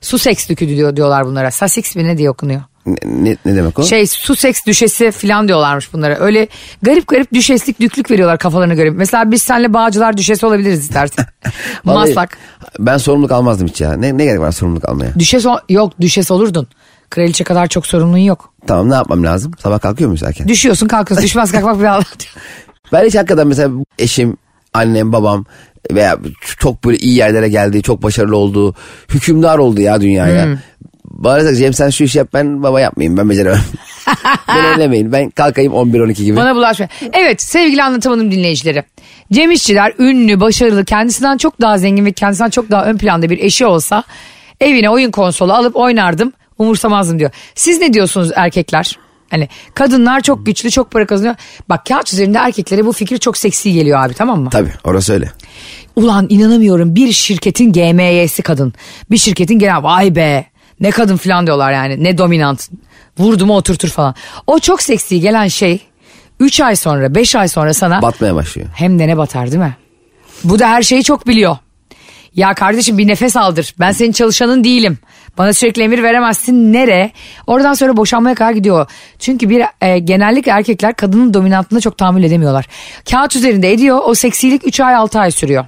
[SPEAKER 2] Sussex dükü diyor, diyorlar bunlara. Sussex mi ne diye okunuyor?
[SPEAKER 3] Ne, ne, ne demek o?
[SPEAKER 2] Şey Sussex düşesi falan diyorlarmış bunlara. Öyle garip garip düşeslik düklük veriyorlar kafalarına göre. Mesela biz senle bağcılar düşesi olabiliriz istersen.
[SPEAKER 3] Vallahi
[SPEAKER 2] Maslak.
[SPEAKER 3] Ben sorumluluk almazdım hiç ya. Ne, ne gerek var sorumluluk almaya?
[SPEAKER 2] Düşes ol- yok düşes olurdun. Kraliçe kadar çok sorumluluğun yok.
[SPEAKER 3] Tamam ne yapmam lazım? Sabah kalkıyor muyuz erken?
[SPEAKER 2] Düşüyorsun kalkıyorsun düşmez kalkmak bir Allah diyor.
[SPEAKER 3] Ben hiç hakikaten mesela eşim, annem, babam veya çok böyle iyi yerlere geldi, çok başarılı oldu, hükümdar oldu ya dünyaya.
[SPEAKER 2] Hmm.
[SPEAKER 3] Bana da Cem sen şu işi yap ben baba yapmayayım ben beceremem.
[SPEAKER 2] [laughs]
[SPEAKER 3] Beni ellemeyin ben kalkayım 11-12 gibi.
[SPEAKER 2] Bana bulaşma. Evet sevgili anlatamadım dinleyicileri. Cem İşçiler ünlü, başarılı, kendisinden çok daha zengin ve kendisinden çok daha ön planda bir eşi olsa evine oyun konsolu alıp oynardım. umursamazdım diyor. Siz ne diyorsunuz erkekler? Hani kadınlar çok güçlü çok para kazanıyor. Bak kağıt üzerinde erkeklere bu fikir çok seksi geliyor abi tamam mı?
[SPEAKER 3] Tabii orası öyle.
[SPEAKER 2] Ulan inanamıyorum bir şirketin GMY'si kadın. Bir şirketin genel vay be ne kadın falan diyorlar yani ne dominant. Vurdu mu oturtur falan. O çok seksi gelen şey 3 ay sonra 5 ay sonra sana
[SPEAKER 3] Batmaya başlıyor.
[SPEAKER 2] hem de ne batar değil mi? Bu da her şeyi çok biliyor. Ya kardeşim bir nefes aldır. Ben senin çalışanın değilim. Bana sürekli emir veremezsin. Nere? Oradan sonra boşanmaya kadar gidiyor. Çünkü bir e, genellikle erkekler kadının dominantına çok tahammül edemiyorlar. Kağıt üzerinde ediyor. O seksilik 3 ay 6 ay sürüyor.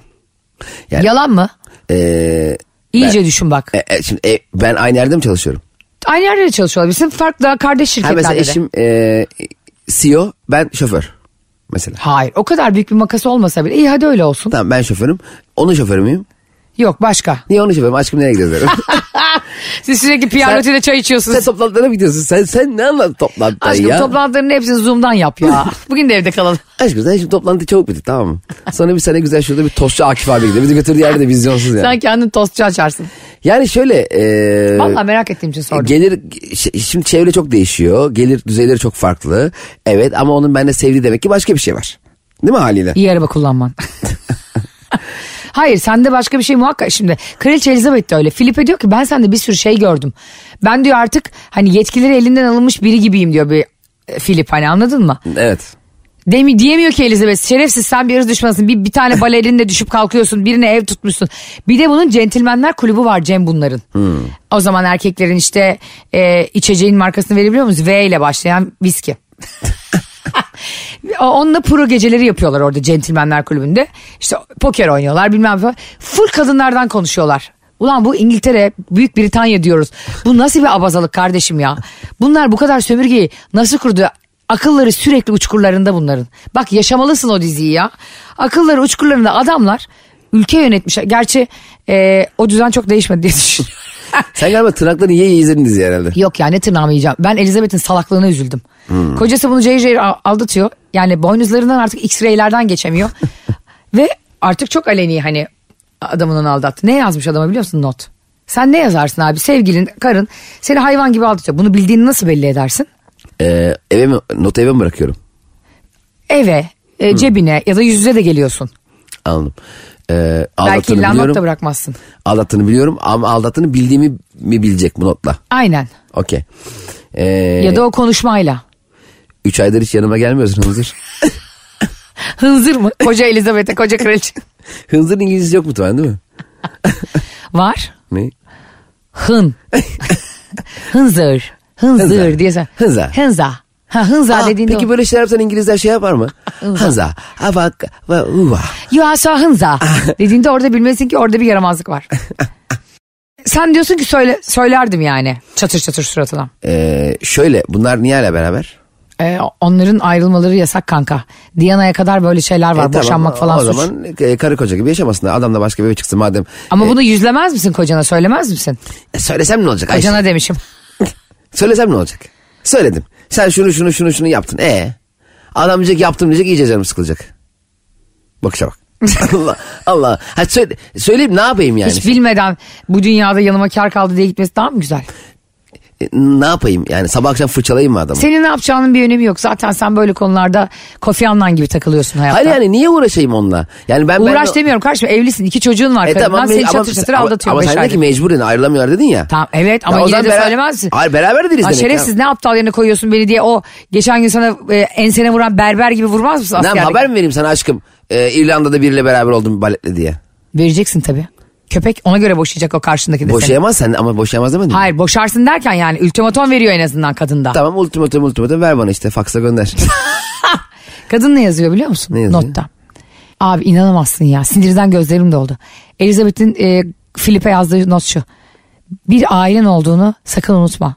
[SPEAKER 3] Yani-
[SPEAKER 2] Yalan mı?
[SPEAKER 3] Ee,
[SPEAKER 2] İyice düşün bak.
[SPEAKER 3] e, e, şimdi e, ben aynı yerde mi çalışıyorum?
[SPEAKER 2] Aynı yerde de çalışıyorlar. Bizim farklı daha kardeş
[SPEAKER 3] Ha,
[SPEAKER 2] şirketlerde
[SPEAKER 3] mesela
[SPEAKER 2] de.
[SPEAKER 3] eşim e, CEO ben şoför mesela.
[SPEAKER 2] Hayır o kadar büyük bir makası olmasa bile iyi hadi öyle olsun.
[SPEAKER 3] Tamam ben şoförüm. Onun şoförü müyüm?
[SPEAKER 2] Yok
[SPEAKER 3] [laughs]
[SPEAKER 2] başka.
[SPEAKER 3] Niye onun şoförüm? Aşkım nereye
[SPEAKER 2] [laughs]
[SPEAKER 3] gidiyoruz derim.
[SPEAKER 2] Siz sürekli piyanotide çay içiyorsunuz.
[SPEAKER 3] sen toplantılara mı gidiyorsun? Sen, sen ne anladın toplantıdan
[SPEAKER 2] Aşkım
[SPEAKER 3] ya?
[SPEAKER 2] toplantılarının hepsini Zoom'dan yap ya. Bugün de evde kalalım.
[SPEAKER 3] Aşkım sen şimdi toplantı çabuk bitir tamam mı? Sonra bir sene güzel şurada bir tostçu Akif abi gidiyor. Bizi götürdüğü yerde de vizyonsuz yani.
[SPEAKER 2] Sen kendin tostçu açarsın.
[SPEAKER 3] Yani şöyle. E,
[SPEAKER 2] Vallahi merak ettiğim için sordum.
[SPEAKER 3] Gelir ş- şimdi çevre çok değişiyor. Gelir düzeyleri çok farklı. Evet ama onun bende sevdiği demek ki başka bir şey var. Değil mi haliyle?
[SPEAKER 2] İyi araba kullanman. Hayır sende başka bir şey muhakkak şimdi. Kraliçe Elizabeth de öyle. Filipe diyor ki ben sende bir sürü şey gördüm. Ben diyor artık hani yetkileri elinden alınmış biri gibiyim diyor bir e, Filip hani anladın mı?
[SPEAKER 3] Evet.
[SPEAKER 2] Demi diyemiyor ki Elizabeth şerefsiz sen bir hırs düşmanısın. Bir, bir tane balerinle düşüp kalkıyorsun birine ev tutmuşsun. Bir de bunun centilmenler kulübü var Cem bunların. O zaman erkeklerin işte e, içeceğin markasını verebiliyor muyuz? V ile başlayan viski. O- Onunla pro geceleri yapıyorlar orada centilmenler kulübünde. İşte poker oynuyorlar bilmem ne. Full kadınlardan konuşuyorlar. Ulan bu İngiltere, Büyük Britanya diyoruz. Bu nasıl bir abazalık kardeşim ya? Bunlar bu kadar sömürgeyi nasıl kurdu? Akılları sürekli uçkurlarında bunların. Bak yaşamalısın o diziyi ya. Akılları uçkurlarında adamlar ülke yönetmişler. Gerçi e, o düzen çok değişmedi diye [laughs] düşünüyorum.
[SPEAKER 3] Sen galiba tırnakları yiye yiye izledin diziyi herhalde.
[SPEAKER 2] Yok ya ne tırnağımı yiyeceğim. Ben Elizabeth'in salaklığına üzüldüm. Kocası bunu cayır cayır a- aldatıyor. Yani boynuzlarından artık x-raylerden geçemiyor. Ve artık çok aleni hani adamının aldattı. Ne yazmış adama biliyor musun not? Sen ne yazarsın abi? Sevgilin, karın seni hayvan gibi aldatıyor. Bunu bildiğini nasıl belli edersin?
[SPEAKER 3] Ee, eve mi, notu eve mi bırakıyorum?
[SPEAKER 2] Eve, e, cebine ya da yüz yüze de geliyorsun.
[SPEAKER 3] Anladım. Ee,
[SPEAKER 2] Belki
[SPEAKER 3] aldattığını
[SPEAKER 2] illa not da
[SPEAKER 3] biliyorum.
[SPEAKER 2] bırakmazsın.
[SPEAKER 3] Aldattığını biliyorum ama aldattığını bildiğimi mi bilecek bu notla?
[SPEAKER 2] Aynen.
[SPEAKER 3] Okey. Ee,
[SPEAKER 2] Ya da o konuşmayla.
[SPEAKER 3] Üç aydır hiç yanıma gelmiyorsun Hınzır.
[SPEAKER 2] Hınzır mı? Koca Elizabeth'e, koca kraliçe.
[SPEAKER 3] Hınzır'ın İngilizcesi yok muhtemelen değil mi?
[SPEAKER 2] Var.
[SPEAKER 3] Ne?
[SPEAKER 2] Hın. Hınzır. Hınzır
[SPEAKER 3] Hınza.
[SPEAKER 2] diye sen.
[SPEAKER 3] Hınza.
[SPEAKER 2] Hınza. Ha hınza
[SPEAKER 3] Aa,
[SPEAKER 2] dediğinde
[SPEAKER 3] peki
[SPEAKER 2] o.
[SPEAKER 3] böyle şeyler yapsan İngilizler şey yapar mı? Hınza. Ha bak. va- uva.
[SPEAKER 2] You are so hınza.
[SPEAKER 3] Ah.
[SPEAKER 2] dediğinde orada bilmesin ki orada bir yaramazlık var. sen diyorsun ki söyle söylerdim yani çatır çatır suratına.
[SPEAKER 3] Ee, şöyle bunlar niye hala beraber?
[SPEAKER 2] Ee, onların ayrılmaları yasak kanka. Diyana'ya kadar böyle şeyler var.
[SPEAKER 3] E, tamam,
[SPEAKER 2] Boşanmak falan
[SPEAKER 3] O
[SPEAKER 2] suç.
[SPEAKER 3] zaman e, karı koca gibi yaşamasınlar. Adam da başka bir eve çıksın madem.
[SPEAKER 2] Ama bunu yüzlemez misin kocana söylemez misin?
[SPEAKER 3] E, söylesem ne olacak? Ayşe?
[SPEAKER 2] Kocana demişim.
[SPEAKER 3] Söylesem ne olacak? Söyledim. Sen şunu şunu şunu şunu yaptın. E Adam diyecek yaptım diyecek iyice canım sıkılacak.
[SPEAKER 2] [laughs]
[SPEAKER 3] Bakışa bak. Allah Allah. Ha, söyle, söyleyeyim ne yapayım yani? şey-
[SPEAKER 2] Hiç bilmeden bu dünyada yanıma kar kaldı diye gitmesi daha mı güzel?
[SPEAKER 3] E, ne yapayım yani sabah akşam fırçalayayım mı adamı?
[SPEAKER 2] Senin ne yapacağının bir önemi yok. Zaten sen böyle konularda Kofi Annan gibi takılıyorsun hayatta.
[SPEAKER 3] Hayır yani niye uğraşayım onunla? Yani ben
[SPEAKER 2] Uğraş
[SPEAKER 3] ben,
[SPEAKER 2] demiyorum kardeşim evlisin iki çocuğun var.
[SPEAKER 3] E
[SPEAKER 2] karından
[SPEAKER 3] tamam,
[SPEAKER 2] seni
[SPEAKER 3] ama-
[SPEAKER 2] çatır çatır
[SPEAKER 3] ama-
[SPEAKER 2] aldatıyor.
[SPEAKER 3] Ama
[SPEAKER 2] beş
[SPEAKER 3] sen de
[SPEAKER 2] aydır.
[SPEAKER 3] ki mecburen ayrılamıyorlar dedin ya.
[SPEAKER 2] Tamam evet
[SPEAKER 3] Ya
[SPEAKER 2] ama
[SPEAKER 3] o
[SPEAKER 2] yine
[SPEAKER 3] zaman
[SPEAKER 2] de
[SPEAKER 3] bera-
[SPEAKER 2] söylemezsin.
[SPEAKER 3] Hayır beraber değiliz
[SPEAKER 2] Aa,
[SPEAKER 3] demek
[SPEAKER 2] şerefsiz
[SPEAKER 3] ya.
[SPEAKER 2] ne aptal yerine koyuyorsun beni diye o geçen gün sana e, ensene vuran berber gibi vurmaz mısın
[SPEAKER 3] Ne yapayım,
[SPEAKER 2] askerdeki?
[SPEAKER 3] haber mi vereyim sana aşkım? Ee, İrlanda'da biriyle beraber oldum baletle diye.
[SPEAKER 2] Vereceksin tabii. Köpek ona göre boşayacak o karşındaki de seni.
[SPEAKER 3] Boşayamaz sen ama boşayamaz demedin mi?
[SPEAKER 2] Hayır boşarsın derken yani ultimatom veriyor en azından kadında.
[SPEAKER 3] Tamam ultimatum ultimatum ver bana işte faksa gönder.
[SPEAKER 2] Kadın ne yazıyor biliyor musun?
[SPEAKER 3] Ne yazıyor?
[SPEAKER 2] Notta. Abi inanamazsın ya. Sinirden gözlerim doldu. Elizabeth'in e, Filip'e yazdığı not şu. Bir ailen olduğunu sakın unutma.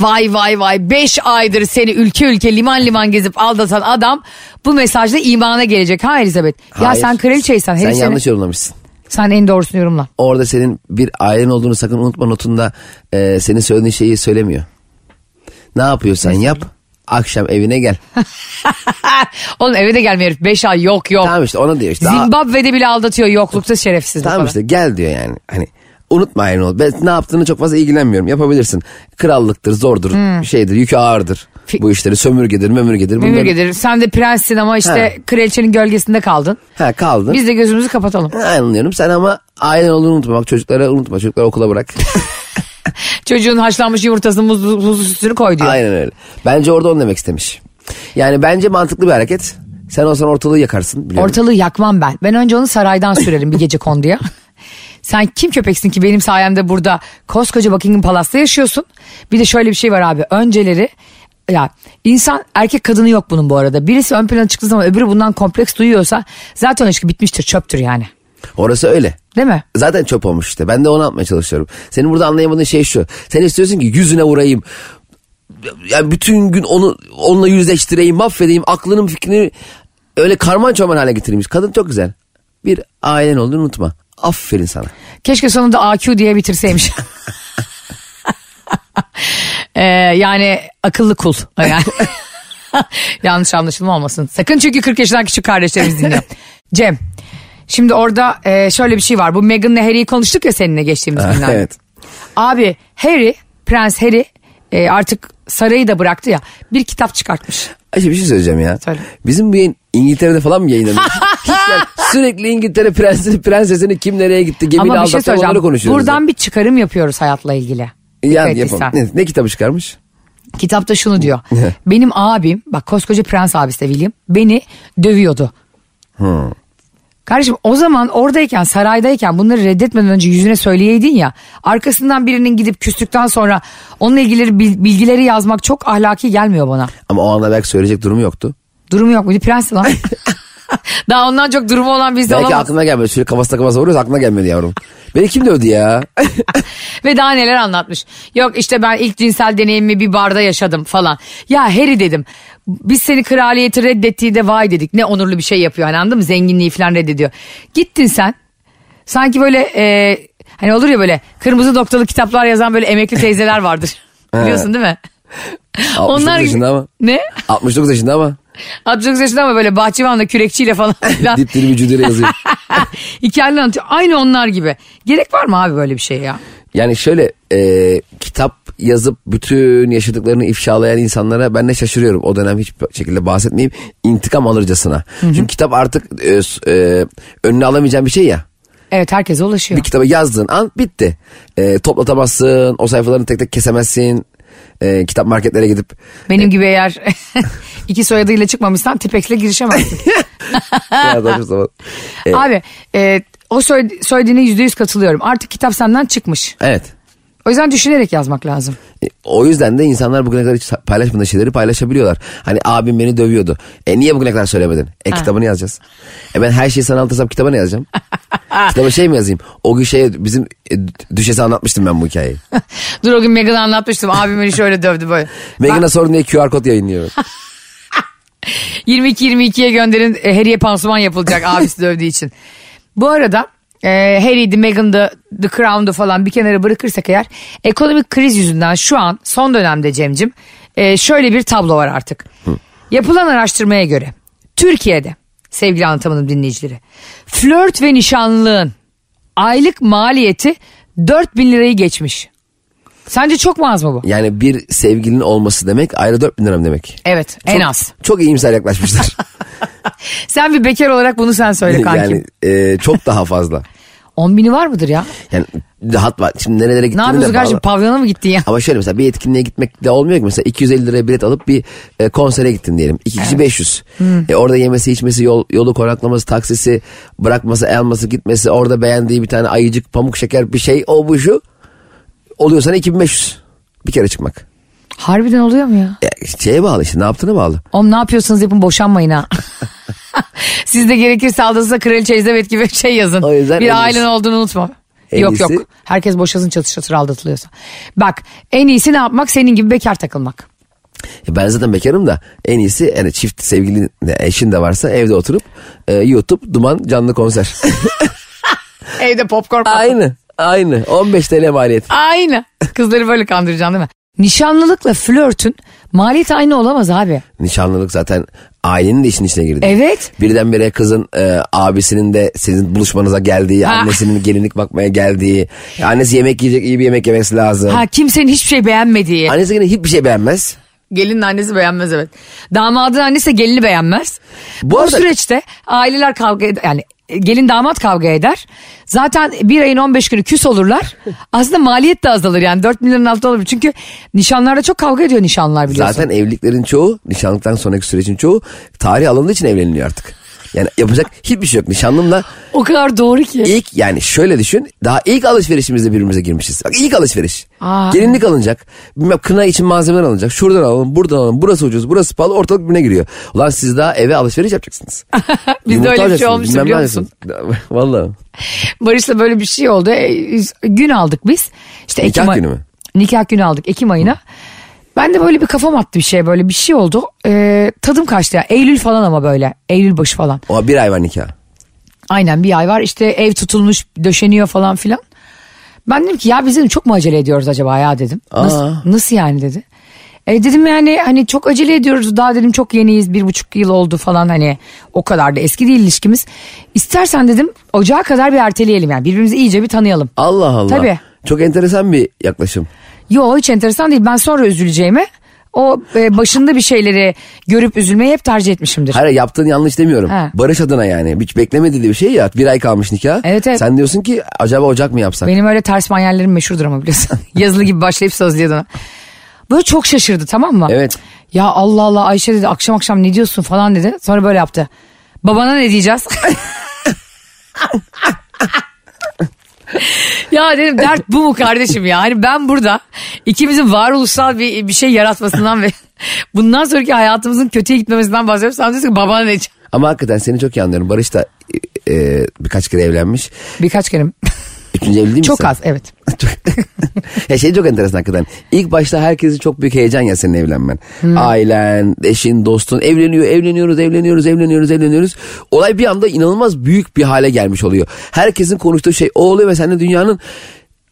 [SPEAKER 2] Vay vay vay 5 aydır seni ülke ülke liman liman gezip aldatan adam bu mesajla imana gelecek ha Elizabeth. [laughs] Ya
[SPEAKER 3] Hayır.
[SPEAKER 2] sen kraliçeysen.
[SPEAKER 3] sen
[SPEAKER 2] herif seni-
[SPEAKER 3] yanlış yorumlamışsın.
[SPEAKER 2] Sen en doğrusunu yorumla. [laughs]
[SPEAKER 3] Orada senin bir ailen olduğunu sakın unutma notunda e, senin söylediğin şeyi söylemiyor. Ne yapıyorsan yap akşam evine gel.
[SPEAKER 2] Oğlum eve de gelmiyor herif 5 ay yok yok.
[SPEAKER 3] tamam işte ona diyor işte. Aa,
[SPEAKER 2] Zimbabwe'de bile aldatıyor yoklukta şerefsiz bu
[SPEAKER 3] tamam
[SPEAKER 2] falan.
[SPEAKER 3] işte gel diyor yani. Hani unutmayın ol. Ben ne yaptığını çok fazla ilgilenmiyorum. Yapabilirsin. Krallıktır, zordur, şeydir, yükü ağırdır.
[SPEAKER 2] Hmm. Fi-
[SPEAKER 3] Bu işleri sömürgedir, mömürgedir.
[SPEAKER 2] Mümür
[SPEAKER 3] bunların-
[SPEAKER 2] gelir. Sen de prenssin ama işte
[SPEAKER 3] He.
[SPEAKER 2] kraliçenin gölgesinde kaldın.
[SPEAKER 3] Ha kaldın.
[SPEAKER 2] Biz de gözümüzü kapatalım.
[SPEAKER 3] Ha, Anlıyorum. Sen ama ailen olduğunu unutma. Bak çocuklara unutma. Çocukları
[SPEAKER 2] [laughs]
[SPEAKER 3] okula bırak. [laughs]
[SPEAKER 2] Çocuğun haşlanmış yumurtasının muzlu, muzlu sütünü koy diyor.
[SPEAKER 3] Aynen öyle. Bence orada onu demek istemiş. Yani bence mantıklı bir hareket. Sen olsan ortalığı yakarsın. Biliyorum.
[SPEAKER 2] Ortalığı yakmam ben. Ben önce onu saraydan sürerim bir gece konduya. Sen kim köpeksin ki benim sayemde burada koskoca Buckingham Palace'ta yaşıyorsun. Bir de şöyle bir şey var abi. Önceleri ya insan erkek kadını yok bunun bu arada. Birisi ön plana çıktığı zaman öbürü bundan kompleks duyuyorsa zaten o ilişki bitmiştir çöptür yani.
[SPEAKER 3] Orası öyle.
[SPEAKER 2] Değil mi?
[SPEAKER 3] Zaten çöp olmuş işte. Ben de onu atmaya çalışıyorum. Senin burada anlayamadığın şey şu. Sen istiyorsun ki yüzüne vurayım. Yani bütün gün onu onunla yüzleştireyim, mahvedeyim, aklının fikrini öyle karman çorman hale getirmiş. Kadın çok güzel. Bir ailen olduğunu unutma. Aferin sana. [laughs]
[SPEAKER 2] Keşke sonunda AQ diye bitirseymiş. Ee, yani akıllı kul. Yani. [laughs] Yanlış anlaşılma olmasın. Sakın çünkü 40 yaşından küçük kardeşlerimiz
[SPEAKER 3] [laughs]
[SPEAKER 2] dinliyor. Cem. Şimdi orada e, şöyle bir şey var. Bu Meghan'la Harry'i konuştuk ya seninle geçtiğimiz günlerde.
[SPEAKER 3] Ah, evet.
[SPEAKER 2] Abi Harry, Prens Harry e, artık sarayı da bıraktı ya. Bir kitap çıkartmış.
[SPEAKER 3] Ayşe bir şey söyleyeceğim ya.
[SPEAKER 2] Söyle.
[SPEAKER 3] Bizim bu yayın İngiltere'de falan
[SPEAKER 2] [laughs]
[SPEAKER 3] mı yayınlanıyor? Hiç ben sürekli İngiltere prensini, prensesini kim nereye gitti, gemini
[SPEAKER 2] Ama bir şey
[SPEAKER 3] aldattı onları
[SPEAKER 2] söyleyeceğim.
[SPEAKER 3] konuşuyoruz.
[SPEAKER 2] Buradan bir çıkarım yapıyoruz hayatla ilgili.
[SPEAKER 3] yani
[SPEAKER 2] Dikkat
[SPEAKER 3] yapalım.
[SPEAKER 2] etsen.
[SPEAKER 3] Ne, ne kitabı çıkarmış?
[SPEAKER 2] Kitapta şunu diyor. Benim abim bak koskoca prens abisi de William beni dövüyordu. Kardeşim o zaman oradayken saraydayken bunları reddetmeden önce yüzüne söyleyeydin ya arkasından birinin gidip küstükten sonra onunla ilgili bil- bilgileri yazmak çok ahlaki gelmiyor bana.
[SPEAKER 3] Ama o anda belki söyleyecek durumu yoktu.
[SPEAKER 2] Durumu yok muydu prens lan? Daha ondan çok durumu olan bizde
[SPEAKER 3] Belki
[SPEAKER 2] olamaz.
[SPEAKER 3] aklına gelmedi. Sürekli kafasına kafasına vuruyoruz aklına gelmedi yavrum. Beni kim dövdü ya?
[SPEAKER 2] Ve daha neler anlatmış. Yok işte ben ilk cinsel deneyimimi bir barda yaşadım falan. Ya Harry dedim. Biz seni kraliyeti reddettiğinde vay dedik. Ne onurlu bir şey yapıyor hani anladın mı? Zenginliği falan reddediyor. Gittin sen. Sanki böyle e, hani olur ya böyle kırmızı noktalı kitaplar yazan böyle emekli teyzeler
[SPEAKER 3] [laughs]
[SPEAKER 2] vardır. Biliyorsun değil mi?
[SPEAKER 3] 69 yaşında ama.
[SPEAKER 2] Ne?
[SPEAKER 3] 69 yaşında ama.
[SPEAKER 2] 69 yaşında ama böyle bahçıvanla kürekçiyle falan.
[SPEAKER 3] [laughs]
[SPEAKER 2] filan.
[SPEAKER 3] Dip diri vücuduyla yazıyor.
[SPEAKER 2] Hikayeler anlatıyor. Aynı onlar gibi. Gerek var mı abi böyle bir şey ya?
[SPEAKER 3] Yani şöyle e, kitap yazıp bütün yaşadıklarını ifşalayan insanlara ben de şaşırıyorum. O dönem hiçbir şekilde bahsetmeyeyim. intikam alırcasına. Çünkü kitap artık e, s- e, önüne alamayacağın bir şey ya.
[SPEAKER 2] Evet herkese ulaşıyor.
[SPEAKER 3] Bir kitabı yazdığın an bitti. E, toplatamazsın, o sayfalarını tek tek kesemezsin. E, kitap marketlere gidip
[SPEAKER 2] Benim gibi eğer [laughs] iki soyadıyla çıkmamışsan tipekle girişemezsin.
[SPEAKER 3] [laughs] Ya da bir zaman- E,
[SPEAKER 2] Abi e, o söyle- söylediğine yüzde yüz katılıyorum. Artık kitap senden çıkmış.
[SPEAKER 3] evet.
[SPEAKER 2] O yüzden düşünerek yazmak lazım. [laughs]
[SPEAKER 3] E, O yüzden de insanlar bugüne kadar hiç paylaşmadığı şeyleri paylaşabiliyorlar. Hani abim beni dövüyordu. E niye bugüne kadar söylemedin? E
[SPEAKER 2] Ah.
[SPEAKER 3] kitabını yazacağız. E ben her şeyi sana anlatırsam kitaba
[SPEAKER 2] [laughs]
[SPEAKER 3] ne yazacağım? kitaba şey mi yazayım? O gün şey bizim e, düşese anlatmıştım ben bu hikayeyi.
[SPEAKER 2] Dur o gün Megan'a anlatmıştım. Abim beni şöyle dövdü böyle.
[SPEAKER 3] Megan'a sordum diye QR
[SPEAKER 2] [laughs]
[SPEAKER 3] kod yayınlıyor.
[SPEAKER 2] 22-22'ye gönderin e, Harry'e pansuman
[SPEAKER 3] [laughs]
[SPEAKER 2] yapılacak abisi dövdüğü için. Bu arada e, Harry'di, Meghan'dı, The Crown'du falan bir kenara bırakırsak eğer ekonomik kriz yüzünden şu an son dönemde Cem'cim e, şöyle bir tablo var artık. Yapılan araştırmaya göre Türkiye'de sevgili anlatamadım dinleyicileri flört ve nişanlığın aylık maliyeti 4000 lirayı geçmiş. Sence çok mu az mı bu?
[SPEAKER 3] Yani bir sevgilinin olması demek ayrı 4000 lira mı demek?
[SPEAKER 2] Evet en
[SPEAKER 3] Çok-
[SPEAKER 2] az.
[SPEAKER 3] Çok
[SPEAKER 2] [laughs]
[SPEAKER 3] iyimser yaklaşmışlar.
[SPEAKER 2] Sen bir bekar olarak bunu sen söyle kankim.
[SPEAKER 3] [laughs] yani e, çok daha fazla.
[SPEAKER 2] 10 bini var mıdır ya?
[SPEAKER 3] Yani rahat var. Şimdi nerelere
[SPEAKER 2] Ne
[SPEAKER 3] gittiğine
[SPEAKER 2] yapıyorsun
[SPEAKER 3] de bağlı.
[SPEAKER 2] kardeşim pavyona mı gittin ya?
[SPEAKER 3] Ama şöyle mesela bir etkinliğe gitmek de olmuyor ki. Mesela 250 liraya bilet alıp bir e, konsere gittin diyelim. İki kişi 500. E, orada yemesi, içmesi, yol, yolu konaklaması, taksisi, bırakması, el alması, gitmesi. Orada beğendiği bir tane ayıcık, pamuk şeker bir şey o bu şu. Oluyor sana 2500. Bir kere çıkmak.
[SPEAKER 2] Harbiden oluyor mu ya?
[SPEAKER 3] E, şeye bağlı işte ne yaptığına bağlı.
[SPEAKER 2] Oğlum ne yapıyorsanız yapın boşanmayın ha. [laughs] Siz de gerekirse aldatılsa kraliçe Elizabeth gibi şey yazın.
[SPEAKER 3] O yüzden en
[SPEAKER 2] bir
[SPEAKER 3] iyisi-
[SPEAKER 2] ailen olduğunu unutma.
[SPEAKER 3] En
[SPEAKER 2] yok
[SPEAKER 3] iyisi-
[SPEAKER 2] yok. Herkes boşasın çatır çatır aldatılıyorsa. Bak en iyisi ne yapmak? Senin gibi bekar takılmak.
[SPEAKER 3] E, ben zaten bekarım da en iyisi yani çift sevgilin de eşin de varsa evde oturup e, YouTube Duman canlı konser.
[SPEAKER 2] Evde popcorn patlat-
[SPEAKER 3] aynı aynı 15 TL maliyet.
[SPEAKER 2] Aynı. Kızları böyle kandıracaksın değil mi? Nişanlılıkla flörtün maliyeti aynı olamaz abi.
[SPEAKER 3] Nişanlılık zaten ailenin de işin içine girdi.
[SPEAKER 2] Evet.
[SPEAKER 3] Birdenbire kızın e, abisinin de sizin buluşmanıza geldiği,
[SPEAKER 2] Ha.
[SPEAKER 3] annesinin [laughs] gelinlik bakmaya geldiği, annesi yemek yiyecek iyi bir yemek yemesi lazım.
[SPEAKER 2] Ha kimsenin hiçbir şey beğenmediği.
[SPEAKER 3] Annesi yine hiçbir şey beğenmez.
[SPEAKER 2] Gelinin annesi beğenmez evet. Damadın annesi de gelini beğenmez. Bu,
[SPEAKER 3] Bu arada-
[SPEAKER 2] süreçte aileler kavga eder. Yani e, gelin damat kavga eder. Zaten bir ayın 15 günü küs
[SPEAKER 3] [laughs]
[SPEAKER 2] olurlar. Aslında maliyet de azalır yani 4 milyonun altında olur. Çünkü nişanlarda çok kavga ediyor nişanlar biliyorsun.
[SPEAKER 3] Zaten evliliklerin çoğu, nişanlıktan sonraki sürecin çoğu tarih alındığı için evleniliyor artık. Yani yapacak hiçbir şey yok. Nişanlımla
[SPEAKER 2] O kadar doğru ki.
[SPEAKER 3] ilk yani şöyle düşün. Daha ilk alışverişimizde birbirimize girmişiz. Bak ilk alışveriş.
[SPEAKER 2] Aa.
[SPEAKER 3] Gelinlik alınacak. Bilmem kına için malzemeler alınacak. Şuradan alalım, buradan alalım. Burası ucuz, burası pahalı. Ortalık birbirine giriyor. Ulan siz daha eve alışveriş yapacaksınız.
[SPEAKER 2] Bizde
[SPEAKER 3] Yumurta
[SPEAKER 2] öyle bir şey
[SPEAKER 3] alacaksınız,
[SPEAKER 2] olmuştu
[SPEAKER 3] bilmem ne
[SPEAKER 2] biliyor musun?
[SPEAKER 3] alacaksınız. [laughs] Vallahi.
[SPEAKER 2] Barış'la böyle bir şey oldu. E, biz- gün aldık biz. İşte
[SPEAKER 3] Nikah
[SPEAKER 2] Ekim ay-
[SPEAKER 3] günü mü?
[SPEAKER 2] Nikah günü aldık Ekim ayına. Ben de böyle bir kafam attı bir şey böyle bir şey oldu. E, tadım kaçtı ya. Eylül falan ama böyle. Eylül başı falan.
[SPEAKER 3] O bir ay var nikah.
[SPEAKER 2] Aynen bir ay var işte ev tutulmuş döşeniyor falan filan. Ben dedim ki ya biz dedim, çok mu acele ediyoruz acaba ya dedim. Nasıl,
[SPEAKER 3] Aa.
[SPEAKER 2] nasıl yani dedi. E dedim yani hani çok acele ediyoruz daha dedim çok yeniyiz bir buçuk yıl oldu falan hani o kadar da eski değil ilişkimiz. İstersen dedim ocağa kadar bir erteleyelim yani birbirimizi iyice bir tanıyalım.
[SPEAKER 3] Allah Allah.
[SPEAKER 2] Tabii.
[SPEAKER 3] Çok enteresan bir yaklaşım.
[SPEAKER 2] Yo hiç enteresan değil ben sonra üzüleceğime o e, başında bir şeyleri görüp üzülmeyi hep tercih etmişimdir.
[SPEAKER 3] Hayır yaptığın yanlış demiyorum.
[SPEAKER 2] Ha.
[SPEAKER 3] Barış adına yani. Hiç beklemediği bir şey ya. Bir ay kalmış nikah.
[SPEAKER 2] Evet, evet.
[SPEAKER 3] Sen diyorsun ki acaba ocak mı yapsak?
[SPEAKER 2] Benim öyle ters manyellerim meşhurdur ama biliyorsun. [laughs] Yazılı gibi başlayıp sözlüye dönen. Böyle çok şaşırdı tamam mı?
[SPEAKER 3] Evet.
[SPEAKER 2] Ya Allah Allah Ayşe dedi akşam akşam ne diyorsun falan dedi. Sonra böyle yaptı. Babana ne diyeceğiz? [laughs] ya dedim dert bu mu kardeşim ya? Hani ben burada ikimizin varoluşsal bir, bir şey yaratmasından ve [laughs] bundan sonraki hayatımızın kötüye gitmemesinden bahsediyorum. Sen diyorsun ki babana ne diyeceğim?
[SPEAKER 3] Ama hakikaten seni çok iyi anlıyorum. Barış da e, e, birkaç kere evlenmiş.
[SPEAKER 2] Birkaç kere mi?
[SPEAKER 3] Üçüncü evli değil mi
[SPEAKER 2] çok
[SPEAKER 3] sen?
[SPEAKER 2] az evet.
[SPEAKER 3] Çok- [laughs] ya şey çok enteresan hakikaten. İlk başta herkesin çok büyük heyecan ya senin evlenmen.
[SPEAKER 2] Hmm.
[SPEAKER 3] Ailen, eşin, dostun evleniyor, evleniyoruz, evleniyoruz, evleniyoruz, evleniyoruz. Olay bir anda inanılmaz büyük bir hale gelmiş oluyor. Herkesin konuştuğu şey o oluyor ve sen de dünyanın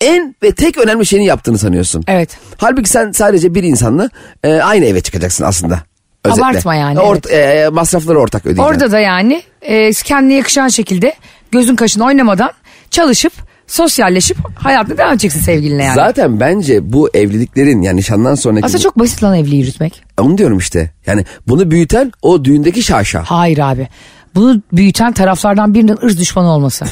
[SPEAKER 3] en ve tek önemli şeyini yaptığını sanıyorsun.
[SPEAKER 2] Evet.
[SPEAKER 3] Halbuki sen sadece bir insanla e, aynı eve çıkacaksın aslında. Özetle.
[SPEAKER 2] Abartma yani,
[SPEAKER 3] Ort- e, masrafları ortak ödeyeceksin.
[SPEAKER 2] Orada da yani e, kendine yakışan şekilde gözün kaşını oynamadan çalışıp sosyalleşip hayatına devam edeceksin sevgiline yani.
[SPEAKER 3] Zaten bence bu evliliklerin yani nişandan sonraki
[SPEAKER 2] Aslında çok basit lan evliliği yürütmek.
[SPEAKER 3] E, Onu diyorum işte. Yani bunu büyüten o düğündeki şaşa.
[SPEAKER 2] Hayır abi. Bunu büyüten taraflardan birinin ırz düşmanı
[SPEAKER 3] [laughs]
[SPEAKER 2] olması.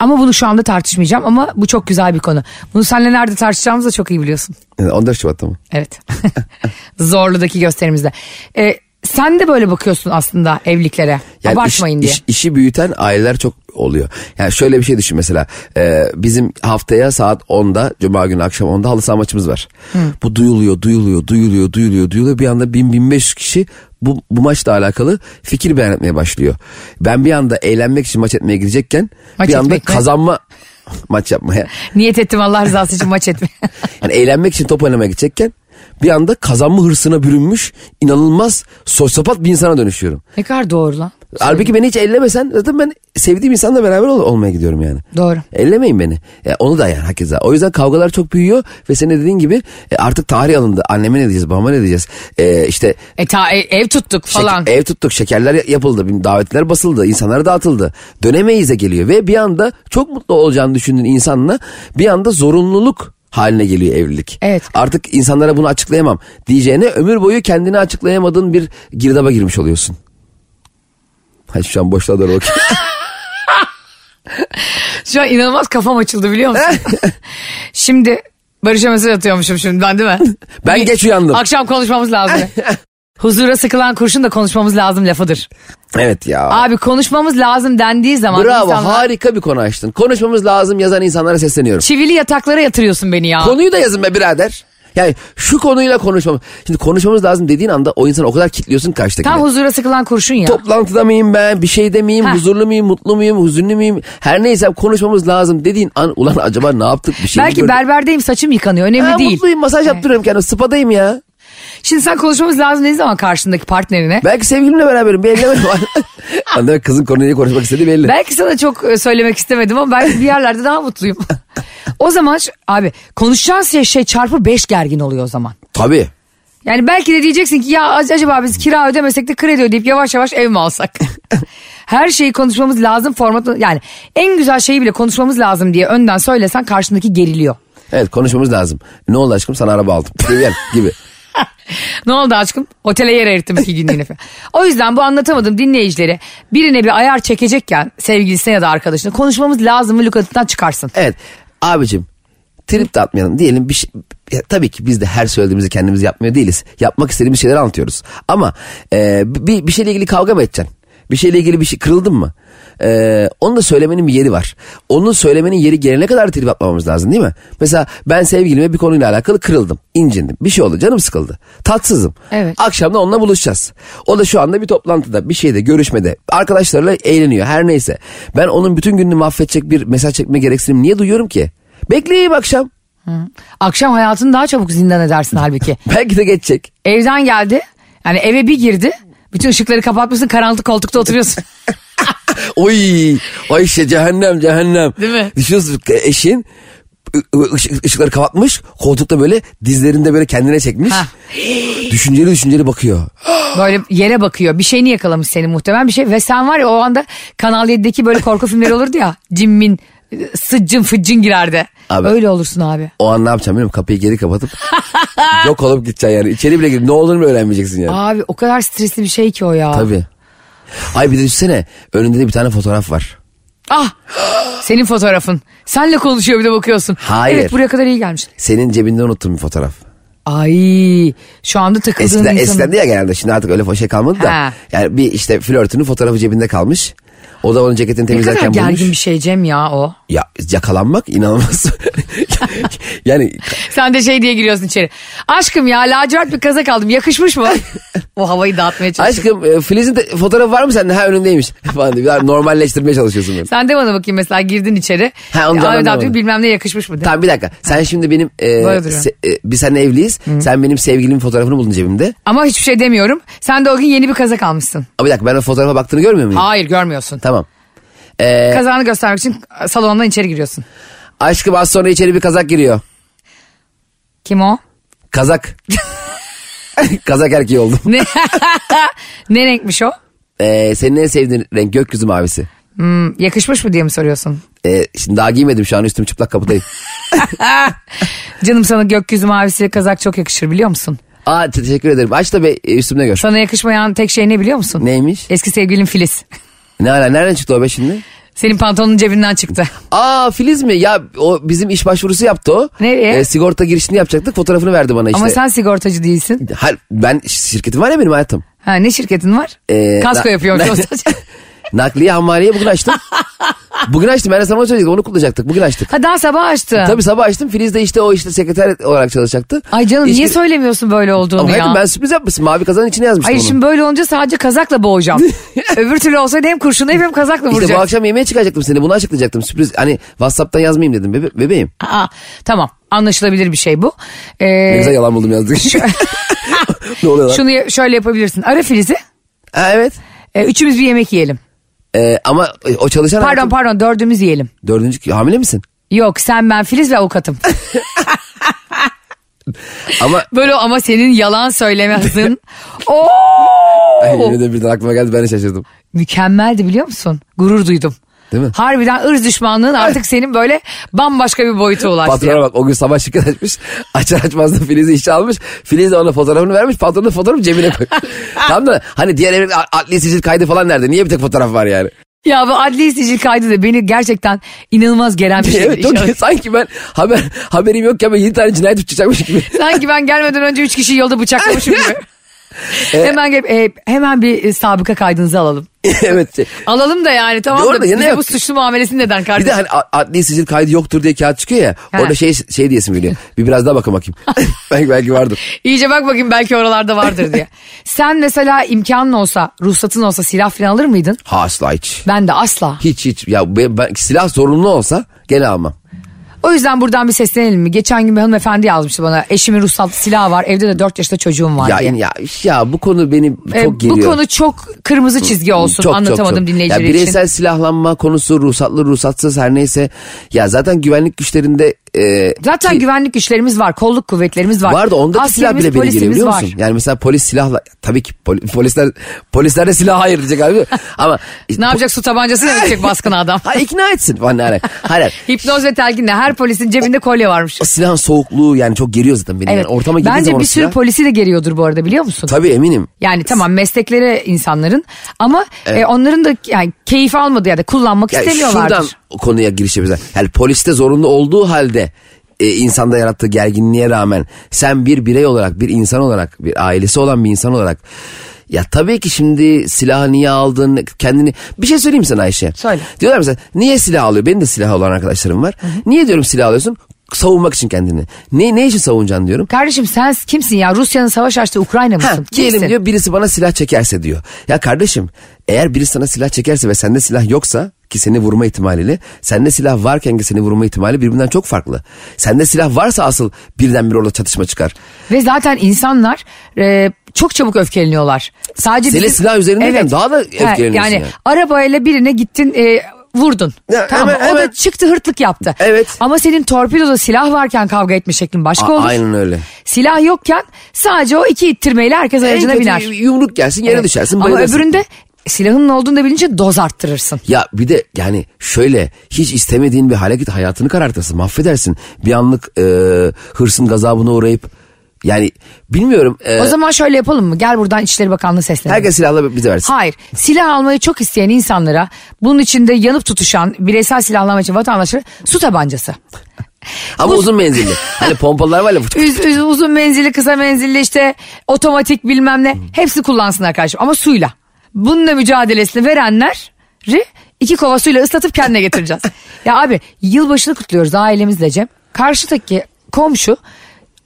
[SPEAKER 2] ama bunu şu anda tartışmayacağım ama bu çok güzel bir konu. Bunu seninle nerede tartışacağımızı da çok iyi biliyorsun.
[SPEAKER 3] Yani 14 E, Şubat'ta mı? [laughs]
[SPEAKER 2] Evet. Zorlu'daki gösterimizde. E, sen de böyle bakıyorsun aslında evliliklere.
[SPEAKER 3] Yani
[SPEAKER 2] Abartmayın
[SPEAKER 3] iş-
[SPEAKER 2] diye.
[SPEAKER 3] iş- işi büyüten aileler çok oluyor. Yani şöyle bir şey düşün mesela. Ee, bizim haftaya saat 10'da, cuma günü akşam 10'da halı saha maçımız var. Bu duyuluyor, duyuluyor, duyuluyor, duyuluyor, duyuluyor. Bir anda 1000-1500 kişi bu, bu maçla alakalı fikir beyan etmeye başlıyor. Ben bir anda eğlenmek için maç etmeye gidecekken
[SPEAKER 2] Maç
[SPEAKER 3] bir anda
[SPEAKER 2] etmek mi?
[SPEAKER 3] kazanma [laughs] maç yapmaya.
[SPEAKER 2] Niyet ettim Allah rızası için maç
[SPEAKER 3] [laughs]
[SPEAKER 2] etme.
[SPEAKER 3] Yani Hani eğlenmek için top oynamaya gidecekken bir anda kazanma hırsına bürünmüş inanılmaz sosyopat bir insana dönüşüyorum.
[SPEAKER 2] ne kadar doğru lan.
[SPEAKER 3] Halbuki beni hiç ellemesen zaten ben sevdiğim insanla beraber ol- olmaya gidiyorum yani.
[SPEAKER 2] Doğru.
[SPEAKER 3] Ellemeyin beni. E, onu da yani hakeza. O yüzden kavgalar çok büyüyor ve senin de dediğin gibi e, artık tarih alındı. Anneme ne diyeceğiz, babama ne diyeceğiz? E, işte
[SPEAKER 2] E ta e- ev tuttuk
[SPEAKER 3] şek-
[SPEAKER 2] falan.
[SPEAKER 3] ev tuttuk, şekerler ya- yapıldı, davetler basıldı, insanlara dağıtıldı. Dönemeyiz de geliyor ve bir anda çok mutlu olacağını düşündüğün insanla bir anda zorunluluk haline geliyor evlilik.
[SPEAKER 2] Evet.
[SPEAKER 3] Artık insanlara bunu açıklayamam diyeceğine ömür boyu kendini açıklayamadığın bir girdaba girmiş oluyorsun. Hayır şu an boşluğa doğru
[SPEAKER 2] [laughs]
[SPEAKER 3] bakıyorum.
[SPEAKER 2] Şu an inanılmaz kafam açıldı biliyor musun?
[SPEAKER 3] [laughs]
[SPEAKER 2] şimdi Barış'a mesaj atıyormuşum şimdi ben değil mi?
[SPEAKER 3] Ben
[SPEAKER 2] Bir-
[SPEAKER 3] geç uyandım.
[SPEAKER 2] Akşam konuşmamız lazım.
[SPEAKER 3] [laughs]
[SPEAKER 2] Huzura sıkılan kurşun da konuşmamız lazım lafıdır.
[SPEAKER 3] evet ya.
[SPEAKER 2] Abi konuşmamız lazım dendiği zaman
[SPEAKER 3] Bravo
[SPEAKER 2] insanlar-
[SPEAKER 3] harika bir konu açtın. Konuşmamız lazım yazan insanlara sesleniyorum.
[SPEAKER 2] çivili yataklara yatırıyorsun beni ya.
[SPEAKER 3] Konuyu da yazın be birader. Yani şu konuyla konuşmamız. Şimdi konuşmamız lazım dediğin anda o insanı o kadar kitliyorsun karşıdakini.
[SPEAKER 2] Tam huzura sıkılan kurşun ya.
[SPEAKER 3] Toplantıda mıyım ben? Bir şeyde miyim?
[SPEAKER 2] Ha.
[SPEAKER 3] Huzurlu muyum? Mutlu muyum? Hüzünlü müyüm? Her neyse konuşmamız lazım dediğin an ulan acaba ne yaptık bir şey mi
[SPEAKER 2] Belki
[SPEAKER 3] gördük?
[SPEAKER 2] berberdeyim saçım yıkanıyor önemli
[SPEAKER 3] Ha,
[SPEAKER 2] değil.
[SPEAKER 3] Mutluyum masaj yaptırıyorum kendime spadayım ya.
[SPEAKER 2] Şimdi sen konuşmamız lazım ne zaman karşındaki partnerine?
[SPEAKER 3] Belki sevgilimle beraberim bir ellemedim.
[SPEAKER 2] [laughs]
[SPEAKER 3] Anlamak kızın konuyu konuşmak istediği belli.
[SPEAKER 2] Belki sana çok e, söylemek istemedim ama belki bir yerlerde daha mutluyum. O zaman ş- abi konuşacağın şey, şey çarpı 5 gergin oluyor o zaman.
[SPEAKER 3] Tabii.
[SPEAKER 2] Yani belki de diyeceksin ki ya ac- acaba biz kira ödemesek de kredi ödeyip yavaş yavaş ev mi [laughs] alsak? Her şeyi konuşmamız lazım formatı yani en güzel şeyi bile konuşmamız lazım diye önden söylesen karşındaki geriliyor.
[SPEAKER 3] Evet konuşmamız lazım. Ne oldu aşkım sana araba aldım. Gel gibi.
[SPEAKER 2] Ne oldu aşkım? Otele yer erittim iki günlüğüne falan. [laughs] O yüzden bu anlatamadım dinleyicilere birine bir ayar çekecekken sevgilisine ya da arkadaşına konuşmamız lazım mı lukatından çıkarsın.
[SPEAKER 3] Evet abicim trip de atmayalım diyelim bir şey, ya tabii ki biz de her söylediğimizi kendimiz yapmıyor değiliz. Yapmak istediğimiz şeyleri anlatıyoruz. Ama e, bir, bir şeyle ilgili kavga mı edeceksin? Bir şeyle ilgili bir şey kırıldın mı? E, onu da söylemenin bir yeri var. Onu söylemenin yeri gelene kadar trip atmamamız lazım değil mi? Mesela ben sevgilime bir konuyla alakalı kırıldım, incindim. Bir şey oldu, canım sıkıldı. Tatsızım.
[SPEAKER 2] Evet.
[SPEAKER 3] Akşam da onunla buluşacağız. O da şu anda bir toplantıda, bir şeyde, görüşmede. Arkadaşlarıyla eğleniyor her neyse. Ben onun bütün gününü mahvedecek bir mesaj çekme gereksinim niye duyuyorum ki? Bekleyeyim akşam. [laughs]
[SPEAKER 2] Akşam hayatını daha çabuk zindan edersin halbuki.
[SPEAKER 3] Belki de geçecek.
[SPEAKER 2] Evden geldi. Yani eve bir girdi. Bütün ışıkları kapatmışsın karanlık koltukta oturuyorsun.
[SPEAKER 3] Oy, ay işte cehennem cehennem.
[SPEAKER 2] Değil mi?
[SPEAKER 3] Düşünüyorsun eşin ı- ışık- ışıkları kapatmış koltukta böyle dizlerinde böyle kendine çekmiş.
[SPEAKER 2] Hah.
[SPEAKER 3] Düşünceli düşünceli bakıyor.
[SPEAKER 2] Böyle yere bakıyor. Bir şeyini yakalamış seni muhtemelen bir şey. Ve sen var ya o anda Kanal 7'deki böyle korku filmleri olurdu ya. [laughs] Cimmin sıccın fıccın girerdi.
[SPEAKER 3] Abi.
[SPEAKER 2] Öyle olursun abi.
[SPEAKER 3] O an ne yapacağım bilmiyorum kapıyı geri
[SPEAKER 2] [laughs]
[SPEAKER 3] kapatıp yok olup gideceksin yani. İçeri bile girip ne olduğunu bile öğrenmeyeceksin yani.
[SPEAKER 2] Abi o kadar stresli bir şey ki o ya.
[SPEAKER 3] Tabii. Ay bir de düşünsene önünde de bir tane fotoğraf var.
[SPEAKER 2] Ah senin fotoğrafın. Senle konuşuyor bir de bakıyorsun.
[SPEAKER 3] Hayır.
[SPEAKER 2] Evet buraya kadar iyi gelmiş.
[SPEAKER 3] Senin cebinde unuttuğun bir fotoğraf.
[SPEAKER 2] Ay şu anda takıldığın
[SPEAKER 3] Eskiden,
[SPEAKER 2] insanın-
[SPEAKER 3] eskiden de ya genelde şimdi artık öyle şey kalmadı da.
[SPEAKER 2] Ha.
[SPEAKER 3] Yani bir işte flörtünün fotoğrafı cebinde kalmış. O da onun ceketini
[SPEAKER 2] Ne kadar
[SPEAKER 3] temizlerken
[SPEAKER 2] gergin
[SPEAKER 3] bulmuş.
[SPEAKER 2] bir şey Cem ya o.
[SPEAKER 3] Ya yakalanmak inanılmaz. [laughs] yani
[SPEAKER 2] Sen de şey diye giriyorsun içeri. Aşkım ya lacivert bir kazak aldım yakışmış mı? [laughs] o havayı dağıtmaya çalışıyorsun.
[SPEAKER 3] aşkım e, Filiz'in de- fotoğrafı var mı sende? Ha önündeymiş. [laughs] Falan diye. Biraz Normalleştirmeye çalışıyorsun böyle.
[SPEAKER 2] Sen de bana bakayım mesela girdin içeri.
[SPEAKER 3] Ha, onu
[SPEAKER 2] Ya,
[SPEAKER 3] canlandıramadım.
[SPEAKER 2] Ahmet abi bilmem ne yakışmış mı? de.
[SPEAKER 3] Tamam bir dakika. Sen şimdi benim e,
[SPEAKER 2] Böyle duruyor.
[SPEAKER 3] se- e, biz seninle evliyiz. Sen benim sevgilimin fotoğrafını buldun cebimde.
[SPEAKER 2] Ama hiçbir şey demiyorum. Sen de o gün yeni bir kazak almışsın.
[SPEAKER 3] Ama bir dakika ben o fotoğrafa baktığını görmüyor muyum?
[SPEAKER 2] Hayır görmüyorsun.
[SPEAKER 3] Tamam.
[SPEAKER 2] Kazağını göstermek için e, salondan içeri giriyorsun.
[SPEAKER 3] Aşkım az sonra içeri bir kazak giriyor.
[SPEAKER 2] Kim o? [laughs]
[SPEAKER 3] Kazak. kazak erkeği oldum.
[SPEAKER 2] Ne, ne renkmiş o?
[SPEAKER 3] Ee, senin en sevdiğin renk gökyüzü mavisi.
[SPEAKER 2] Hmm, yakışmış mı diye mi soruyorsun?
[SPEAKER 3] Ee, şimdi daha giymedim şu an üstüm
[SPEAKER 2] [laughs]
[SPEAKER 3] çıplak kapıdayım.
[SPEAKER 2] Canım sana gökyüzü mavisi kazak çok yakışır biliyor musun?
[SPEAKER 3] Aa te- teşekkür ederim. Aç da be e, üstümde gör.
[SPEAKER 2] Sana yakışmayan tek şey ne biliyor musun?
[SPEAKER 3] Neymiş?
[SPEAKER 2] Eski sevgilin Filiz.
[SPEAKER 3] Ne ala nereden çıktı o be şimdi?
[SPEAKER 2] [laughs] Senin pantolonun cebinden çıktı.
[SPEAKER 3] Aa Filiz mi? Ya o bizim iş başvurusu yaptı o.
[SPEAKER 2] Nereye?
[SPEAKER 3] Ee, sigorta girişini yapacaktık fotoğrafını verdi bana işte.
[SPEAKER 2] Ama sen sigortacı değilsin.
[SPEAKER 3] Hayır, ben şirketim var ya benim hayatım.
[SPEAKER 2] Ha ne şirketin var?
[SPEAKER 3] Ee,
[SPEAKER 2] Kasko
[SPEAKER 3] na-
[SPEAKER 2] yapıyorum.
[SPEAKER 3] na- Nakliye hamaliye bugün açtım. bugün açtım ben de sana onu söyleyecektim onu kullanacaktık bugün
[SPEAKER 2] [laughs]
[SPEAKER 3] açtık.
[SPEAKER 2] ha daha sabah açtı.
[SPEAKER 3] Tabii sabah açtım Filiz de işte o işte sekreter olarak çalışacaktı.
[SPEAKER 2] Ay canım
[SPEAKER 3] İş-
[SPEAKER 2] niye söylemiyorsun böyle olduğunu
[SPEAKER 3] Ama
[SPEAKER 2] ya?
[SPEAKER 3] hayatım ben sürpriz yapmışım mavi kazanın içine yazmıştım
[SPEAKER 2] Hayır
[SPEAKER 3] onu.
[SPEAKER 2] şimdi böyle olunca sadece kazakla
[SPEAKER 3] [laughs]
[SPEAKER 2] boğacağım. Öbür türlü olsaydı hem kurşunlayıp hem kazakla
[SPEAKER 3] İşte bu
[SPEAKER 2] vuracağım.
[SPEAKER 3] akşam yemeğe çıkaracaktım seni bunu açıklayacaktım sürpriz hani Whatsapp'tan yazmayayım dedim bebe- bebeğim.
[SPEAKER 2] Aa, tamam anlaşılabilir bir şey bu. Ee,
[SPEAKER 3] Ne güzel yalan buldum yazdık. [laughs]
[SPEAKER 2] [laughs]
[SPEAKER 3] ne oluyor lan?
[SPEAKER 2] şunu ya- şöyle yapabilirsin. Ara Filiz'i.
[SPEAKER 3] Ha, evet
[SPEAKER 2] e, üçümüz bir yemek yiyelim.
[SPEAKER 3] Ee, ama o çalışan
[SPEAKER 2] Pardon
[SPEAKER 3] hayatım-
[SPEAKER 2] pardon dördümüz yiyelim.
[SPEAKER 3] Dördüncü hamile misin?
[SPEAKER 2] Yok sen ben Filiz ve avukatım.
[SPEAKER 3] Ama
[SPEAKER 2] Böyle ama senin yalan söyleme
[SPEAKER 3] [laughs]
[SPEAKER 2] hızın. Oo!
[SPEAKER 3] Ay, yine de birden aklıma geldi ben de şaşırdım.
[SPEAKER 2] Mükemmeldi biliyor musun? Gurur duydum.
[SPEAKER 3] Değil mi?
[SPEAKER 2] Harbiden ırz düşmanlığın artık senin böyle bambaşka bir boyuta ulaştı.
[SPEAKER 3] Patrona bak o gün sabah şirket açmış. [laughs] Açar açmaz da Filiz'i işe almış. Filiz de ona fotoğrafını vermiş. Patronun da fotoğrafı cebine koymuş.
[SPEAKER 2] [laughs]
[SPEAKER 3] Tam da hani diğer evlilik adli sicil kaydı falan nerede? Niye bir tek fotoğraf var yani?
[SPEAKER 2] Ya bu adli sicil kaydı da beni gerçekten inanılmaz gelen
[SPEAKER 3] [laughs]
[SPEAKER 2] bir şey.
[SPEAKER 3] evet çok sanki ben haber haberim yokken ben 7 tane cinayet çıkacakmış gibi.
[SPEAKER 2] [laughs] Sanki ben gelmeden önce üç kişiyi yolda bıçaklamışım gibi. hemen gelip, e, hemen bir e, sabıka kaydınızı alalım.
[SPEAKER 3] [laughs] evet. şey.
[SPEAKER 2] Alalım da yani tamam
[SPEAKER 3] Doğru
[SPEAKER 2] da
[SPEAKER 3] da yine
[SPEAKER 2] bize
[SPEAKER 3] yok.
[SPEAKER 2] bu suçlu muamelesini neden
[SPEAKER 3] Bir
[SPEAKER 2] kardeşim?
[SPEAKER 3] de hani a- adli sicil kaydı yoktur diye kağıt çıkıyor ya.
[SPEAKER 2] Ha.
[SPEAKER 3] Orada şey şey diyesim geliyor. Bir biraz daha bakın [laughs] bakayım. belki belki vardır.
[SPEAKER 2] İyice bak bakayım belki oralarda vardır
[SPEAKER 3] [laughs]
[SPEAKER 2] diye. Sen mesela imkanın olsa, ruhsatın olsa silah falan alır mıydın?
[SPEAKER 3] Ha asla hiç.
[SPEAKER 2] Ben de asla.
[SPEAKER 3] Hiç hiç. Ya ben, ben- silah zorunlu olsa gene almam.
[SPEAKER 2] O yüzden buradan bir seslenelim mi? Geçen gün bir hanımefendi yazmıştı bana. Eşimin ruhsatlı silahı var. Evde de 4 yaşında çocuğum var
[SPEAKER 3] Ya,
[SPEAKER 2] diye.
[SPEAKER 3] ya, ya bu konu beni
[SPEAKER 2] Ee,
[SPEAKER 3] çok
[SPEAKER 2] bu
[SPEAKER 3] geliyor.
[SPEAKER 2] konu çok kırmızı çizgi olsun.
[SPEAKER 3] Çok, çok,
[SPEAKER 2] Anlatamadım
[SPEAKER 3] çok.
[SPEAKER 2] dinleyiciler
[SPEAKER 3] ya bireysel
[SPEAKER 2] için.
[SPEAKER 3] silahlanma konusu ruhsatlı ruhsatsız her neyse ya zaten güvenlik güçlerinde e,
[SPEAKER 2] Zaten
[SPEAKER 3] ki-
[SPEAKER 2] güvenlik güçlerimiz var. Kolluk kuvvetlerimiz var.
[SPEAKER 3] Var da onda da silah
[SPEAKER 2] Askerimiz,
[SPEAKER 3] bile beni geliyor
[SPEAKER 2] polisimiz
[SPEAKER 3] biliyor
[SPEAKER 2] var.
[SPEAKER 3] musun? Yani mesela polis silahla tabii ki poli- polisler polislerde silah hayır
[SPEAKER 2] [laughs]
[SPEAKER 3] diyecek abi ama
[SPEAKER 2] Ne yapacak su tabancası ne yapacak baskına adam? [laughs]
[SPEAKER 3] Ha ikna etsin bana hani. Hayır.
[SPEAKER 2] Hipnoz ve telkinle her polisin cebinde kolye varmış.
[SPEAKER 3] O silahın soğukluğu yani çok geriyor zaten beni.
[SPEAKER 2] Evet.
[SPEAKER 3] Yani ortama girdiğim
[SPEAKER 2] Bence
[SPEAKER 3] zaman
[SPEAKER 2] bir
[SPEAKER 3] o
[SPEAKER 2] sürü
[SPEAKER 3] silah-
[SPEAKER 2] polisi de geriyordur bu arada biliyor musun?
[SPEAKER 3] Tabii eminim.
[SPEAKER 2] Yani tamam meslekleri insanların ama e, onların da yani keyif almadı ya da kullanmak
[SPEAKER 3] Ya
[SPEAKER 2] istemiyorlardır.
[SPEAKER 3] şuradan konuya giriş yapacağız. Yani poliste zorunlu olduğu halde e, insanda yarattığı gerginliğe rağmen sen bir birey olarak bir insan olarak bir ailesi olan bir insan olarak ya tabii ki şimdi silahı niye aldın kendini bir şey söyleyeyim mi sana Ayşe.
[SPEAKER 2] Söyle.
[SPEAKER 3] Diyorlar mesela niye silah alıyor benim de silah olan arkadaşlarım var. Niye diyorum silah alıyorsun savunmak için kendini. Ne, ne için savunacaksın diyorum.
[SPEAKER 2] Kardeşim sen kimsin ya Rusya'nın savaş açtığı Ukrayna
[SPEAKER 3] Ha,
[SPEAKER 2] mısın?
[SPEAKER 3] diyelim
[SPEAKER 2] Kimsin?
[SPEAKER 3] diyor birisi bana silah çekerse diyor. Ya kardeşim eğer biri sana silah çekerse ve sende silah yoksa ki seni vurma ihtimaliyle sende silah varken ki seni vurma ihtimali birbirinden çok farklı. Sende silah varsa asıl birden bir orada çatışma çıkar.
[SPEAKER 2] Ve zaten insanlar e, çok çabuk öfkeleniyorlar. Sadece
[SPEAKER 3] Senin
[SPEAKER 2] bizim-
[SPEAKER 3] silah üzerindeyken daha da
[SPEAKER 2] Ha,
[SPEAKER 3] öfkeleniyorsun
[SPEAKER 2] Yani,
[SPEAKER 3] yani.
[SPEAKER 2] arabayla birine gittin e, vurdun.
[SPEAKER 3] Ya,
[SPEAKER 2] tamam mı?
[SPEAKER 3] hemen-
[SPEAKER 2] O
[SPEAKER 3] hemen-
[SPEAKER 2] da çıktı hırtlık yaptı.
[SPEAKER 3] Evet.
[SPEAKER 2] Ama senin torpidoda silah varken kavga etme şeklin başka
[SPEAKER 3] A-
[SPEAKER 2] olur.
[SPEAKER 3] aynen öyle.
[SPEAKER 2] Silah yokken sadece o iki ittirmeyle herkes aracına
[SPEAKER 3] En kötü
[SPEAKER 2] biner.
[SPEAKER 3] yumruk gelsin yere
[SPEAKER 2] Evet.
[SPEAKER 3] düşersin
[SPEAKER 2] Ama
[SPEAKER 3] bayılırsın.
[SPEAKER 2] öbüründe silahının olduğunu da bilince doz arttırırsın.
[SPEAKER 3] Ya bir de yani şöyle hiç istemediğin bir hareket hayatını karartırsın mahvedersin. Bir anlık e, hırsın gazabına uğrayıp yani bilmiyorum. e,
[SPEAKER 2] O zaman şöyle yapalım mı? Gel buradan İçişleri Bakanlığı seslenelim.
[SPEAKER 3] herkes silahla bize versin.
[SPEAKER 2] Hayır. Silah almayı çok isteyen insanlara bunun içinde yanıp tutuşan bireysel silahlanma için vatandaşlara su tabancası.
[SPEAKER 3] Ama
[SPEAKER 2] bu-
[SPEAKER 3] uzun menzilli. hani pompalar var ya.
[SPEAKER 2] [laughs] Üz- üz- uzun menzilli kısa menzilli işte otomatik bilmem ne hepsi kullansınlar kardeşim ama suyla. Bununla mücadelesini verenleri iki kova suyla ıslatıp kendine getireceğiz. ya abi yılbaşını kutluyoruz ailemizle Cem. Karşıdaki komşu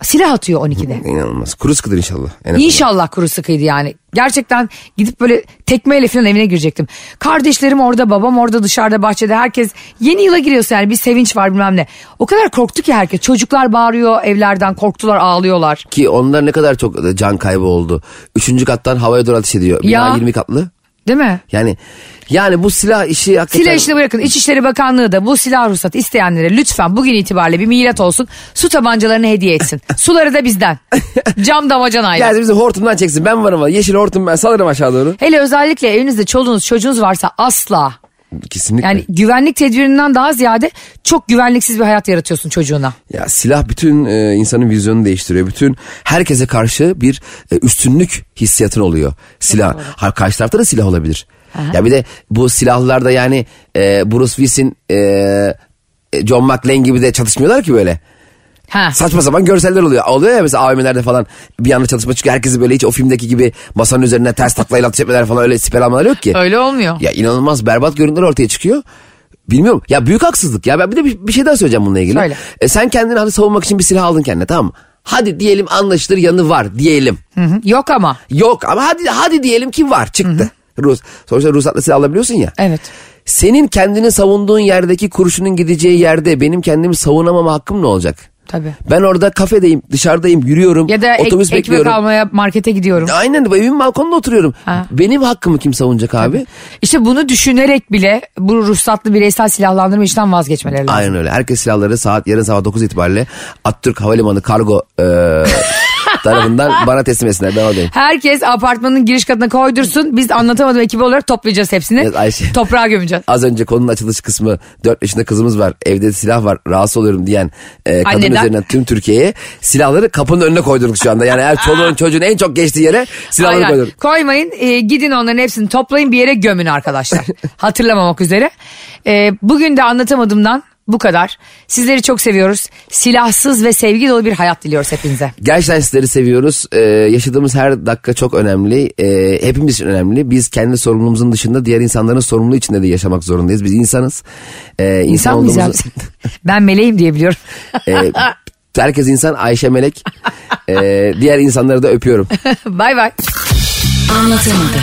[SPEAKER 2] silah atıyor 12'de.
[SPEAKER 3] İnanılmaz. Kuru sıkıdır inşallah. En azından.
[SPEAKER 2] İnşallah kuru sıkıydı yani. Gerçekten gidip böyle tekmeyle falan evine girecektim. Kardeşlerim orada, babam orada, dışarıda, bahçede herkes yeni yıla giriyorsa yani bir sevinç var bilmem ne. O kadar korktu ki herkes. Çocuklar bağırıyor evlerden, korktular, ağlıyorlar.
[SPEAKER 3] Ki onlar ne kadar çok e, can kaybı oldu. Üçüncü kattan havaya doğru ateş ediyor. Bina
[SPEAKER 2] Ya.
[SPEAKER 3] 20 katlı.
[SPEAKER 2] Değil mi?
[SPEAKER 3] Yani yani bu silah işi hakikaten...
[SPEAKER 2] Silah işini bırakın. İçişleri Bakanlığı da bu silah ruhsatı isteyenlere lütfen bugün itibariyle bir milat olsun. Su tabancalarını hediye etsin. Suları da bizden. Cam damacanayla.
[SPEAKER 3] Gelsin bizi hortumdan çeksin. Ben varım. var. Yeşil hortum ben salarım aşağı doğru.
[SPEAKER 2] Hele özellikle evinizde çoluğunuz çocuğunuz varsa asla
[SPEAKER 3] Kesinlikle.
[SPEAKER 2] Yani güvenlik tedbirinden daha ziyade çok güvenliksiz bir hayat yaratıyorsun çocuğuna.
[SPEAKER 3] Ya silah bütün e, insanın vizyonunu değiştiriyor. Bütün herkese karşı bir e, üstünlük hissiyatın oluyor. Silah. Ha, karşı tarafta da silah olabilir. Ya bir de bu silahlarda yani e, Bruce Willis'in e, e, John McClane gibi de çatışmıyorlar ki böyle.
[SPEAKER 2] Ha.
[SPEAKER 3] Saçma sapan görseller oluyor. Oluyor ya mesela AVM'lerde falan bir anda çatışma çıkıyor. Herkesi böyle hiç o filmdeki gibi masanın üzerine ters taklayla atış etmeler falan öyle siper almalar yok ki.
[SPEAKER 2] Öyle olmuyor.
[SPEAKER 3] Ya inanılmaz berbat görüntüler ortaya çıkıyor. Bilmiyorum. Ya büyük haksızlık. Ya ben bir de bir, bir şey daha söyleyeceğim bununla ilgili.
[SPEAKER 2] Söyle.
[SPEAKER 3] E, sen kendini hadi savunmak için bir silah aldın kendine tamam mı? Hadi diyelim anlaşılır yanı var diyelim.
[SPEAKER 2] Hı hı. Yok ama.
[SPEAKER 3] Yok ama hadi hadi diyelim ki var çıktı. Rus, sonuçta ruhsatlı silah alabiliyorsun ya.
[SPEAKER 2] Evet.
[SPEAKER 3] Senin kendini savunduğun yerdeki kurşunun gideceği yerde benim kendimi savunamama hakkım ne olacak?
[SPEAKER 2] Tabii.
[SPEAKER 3] Ben orada kafedeyim, dışarıdayım, yürüyorum,
[SPEAKER 2] Ya da ek-
[SPEAKER 3] otobüs
[SPEAKER 2] ekmek
[SPEAKER 3] bekliyorum.
[SPEAKER 2] almaya markete gidiyorum.
[SPEAKER 3] Aynen bu evin balkonunda oturuyorum.
[SPEAKER 2] Ha.
[SPEAKER 3] Benim hakkımı kim savunacak abi?
[SPEAKER 2] İşte bunu düşünerek bile bu ruhsatlı bireysel silahlandırma işten vazgeçmeleri lazım.
[SPEAKER 3] Aynen öyle. Herkes silahları saat yarın sabah 9 itibariyle Atatürk Havalimanı kargo
[SPEAKER 2] [laughs]
[SPEAKER 3] e, tarafından bana teslim etsinler. Ben oradayım.
[SPEAKER 2] Herkes apartmanın giriş katına koydursun. Biz anlatamadım ekibi olarak toplayacağız hepsini.
[SPEAKER 3] Evet, Ayşe.
[SPEAKER 2] Toprağa gömeceğiz.
[SPEAKER 3] Az önce konunun açılış kısmı 4 yaşında kızımız var evde silah var rahatsız oluyorum diyen e, kadın
[SPEAKER 2] Anneden.
[SPEAKER 3] üzerinden tüm Türkiye'ye silahları kapının önüne koydurduk şu anda. Yani her
[SPEAKER 2] [laughs]
[SPEAKER 3] çoluğun çocuğun en çok geçtiği yere silahları
[SPEAKER 2] Aynen.
[SPEAKER 3] koydurduk.
[SPEAKER 2] Koymayın e, gidin onların hepsini toplayın bir yere gömün
[SPEAKER 3] [laughs]
[SPEAKER 2] arkadaşlar. Hatırlamamak üzere. E, bugün de anlatamadığımdan bu kadar. Sizleri çok seviyoruz. Silahsız ve sevgi dolu bir hayat diliyoruz hepinize.
[SPEAKER 3] Gerçekten sizleri seviyoruz. Ee, yaşadığımız her dakika çok önemli. Ee, hepimiz için önemli. Biz kendi sorumluluğumuzun dışında diğer insanların sorumluluğu içinde de yaşamak zorundayız. Biz insanız. Ee, insan,
[SPEAKER 2] İnsan mıyız ya
[SPEAKER 3] olduğumuzu-
[SPEAKER 2] biz? [laughs] Ben meleğim diye
[SPEAKER 3] [laughs]
[SPEAKER 2] biliyorum.
[SPEAKER 3] Ee, herkes insan.
[SPEAKER 2] [laughs]
[SPEAKER 3] Ayşe Melek. Ee, diğer insanları da öpüyorum.
[SPEAKER 2] bay bay.
[SPEAKER 4] Anlatamadım.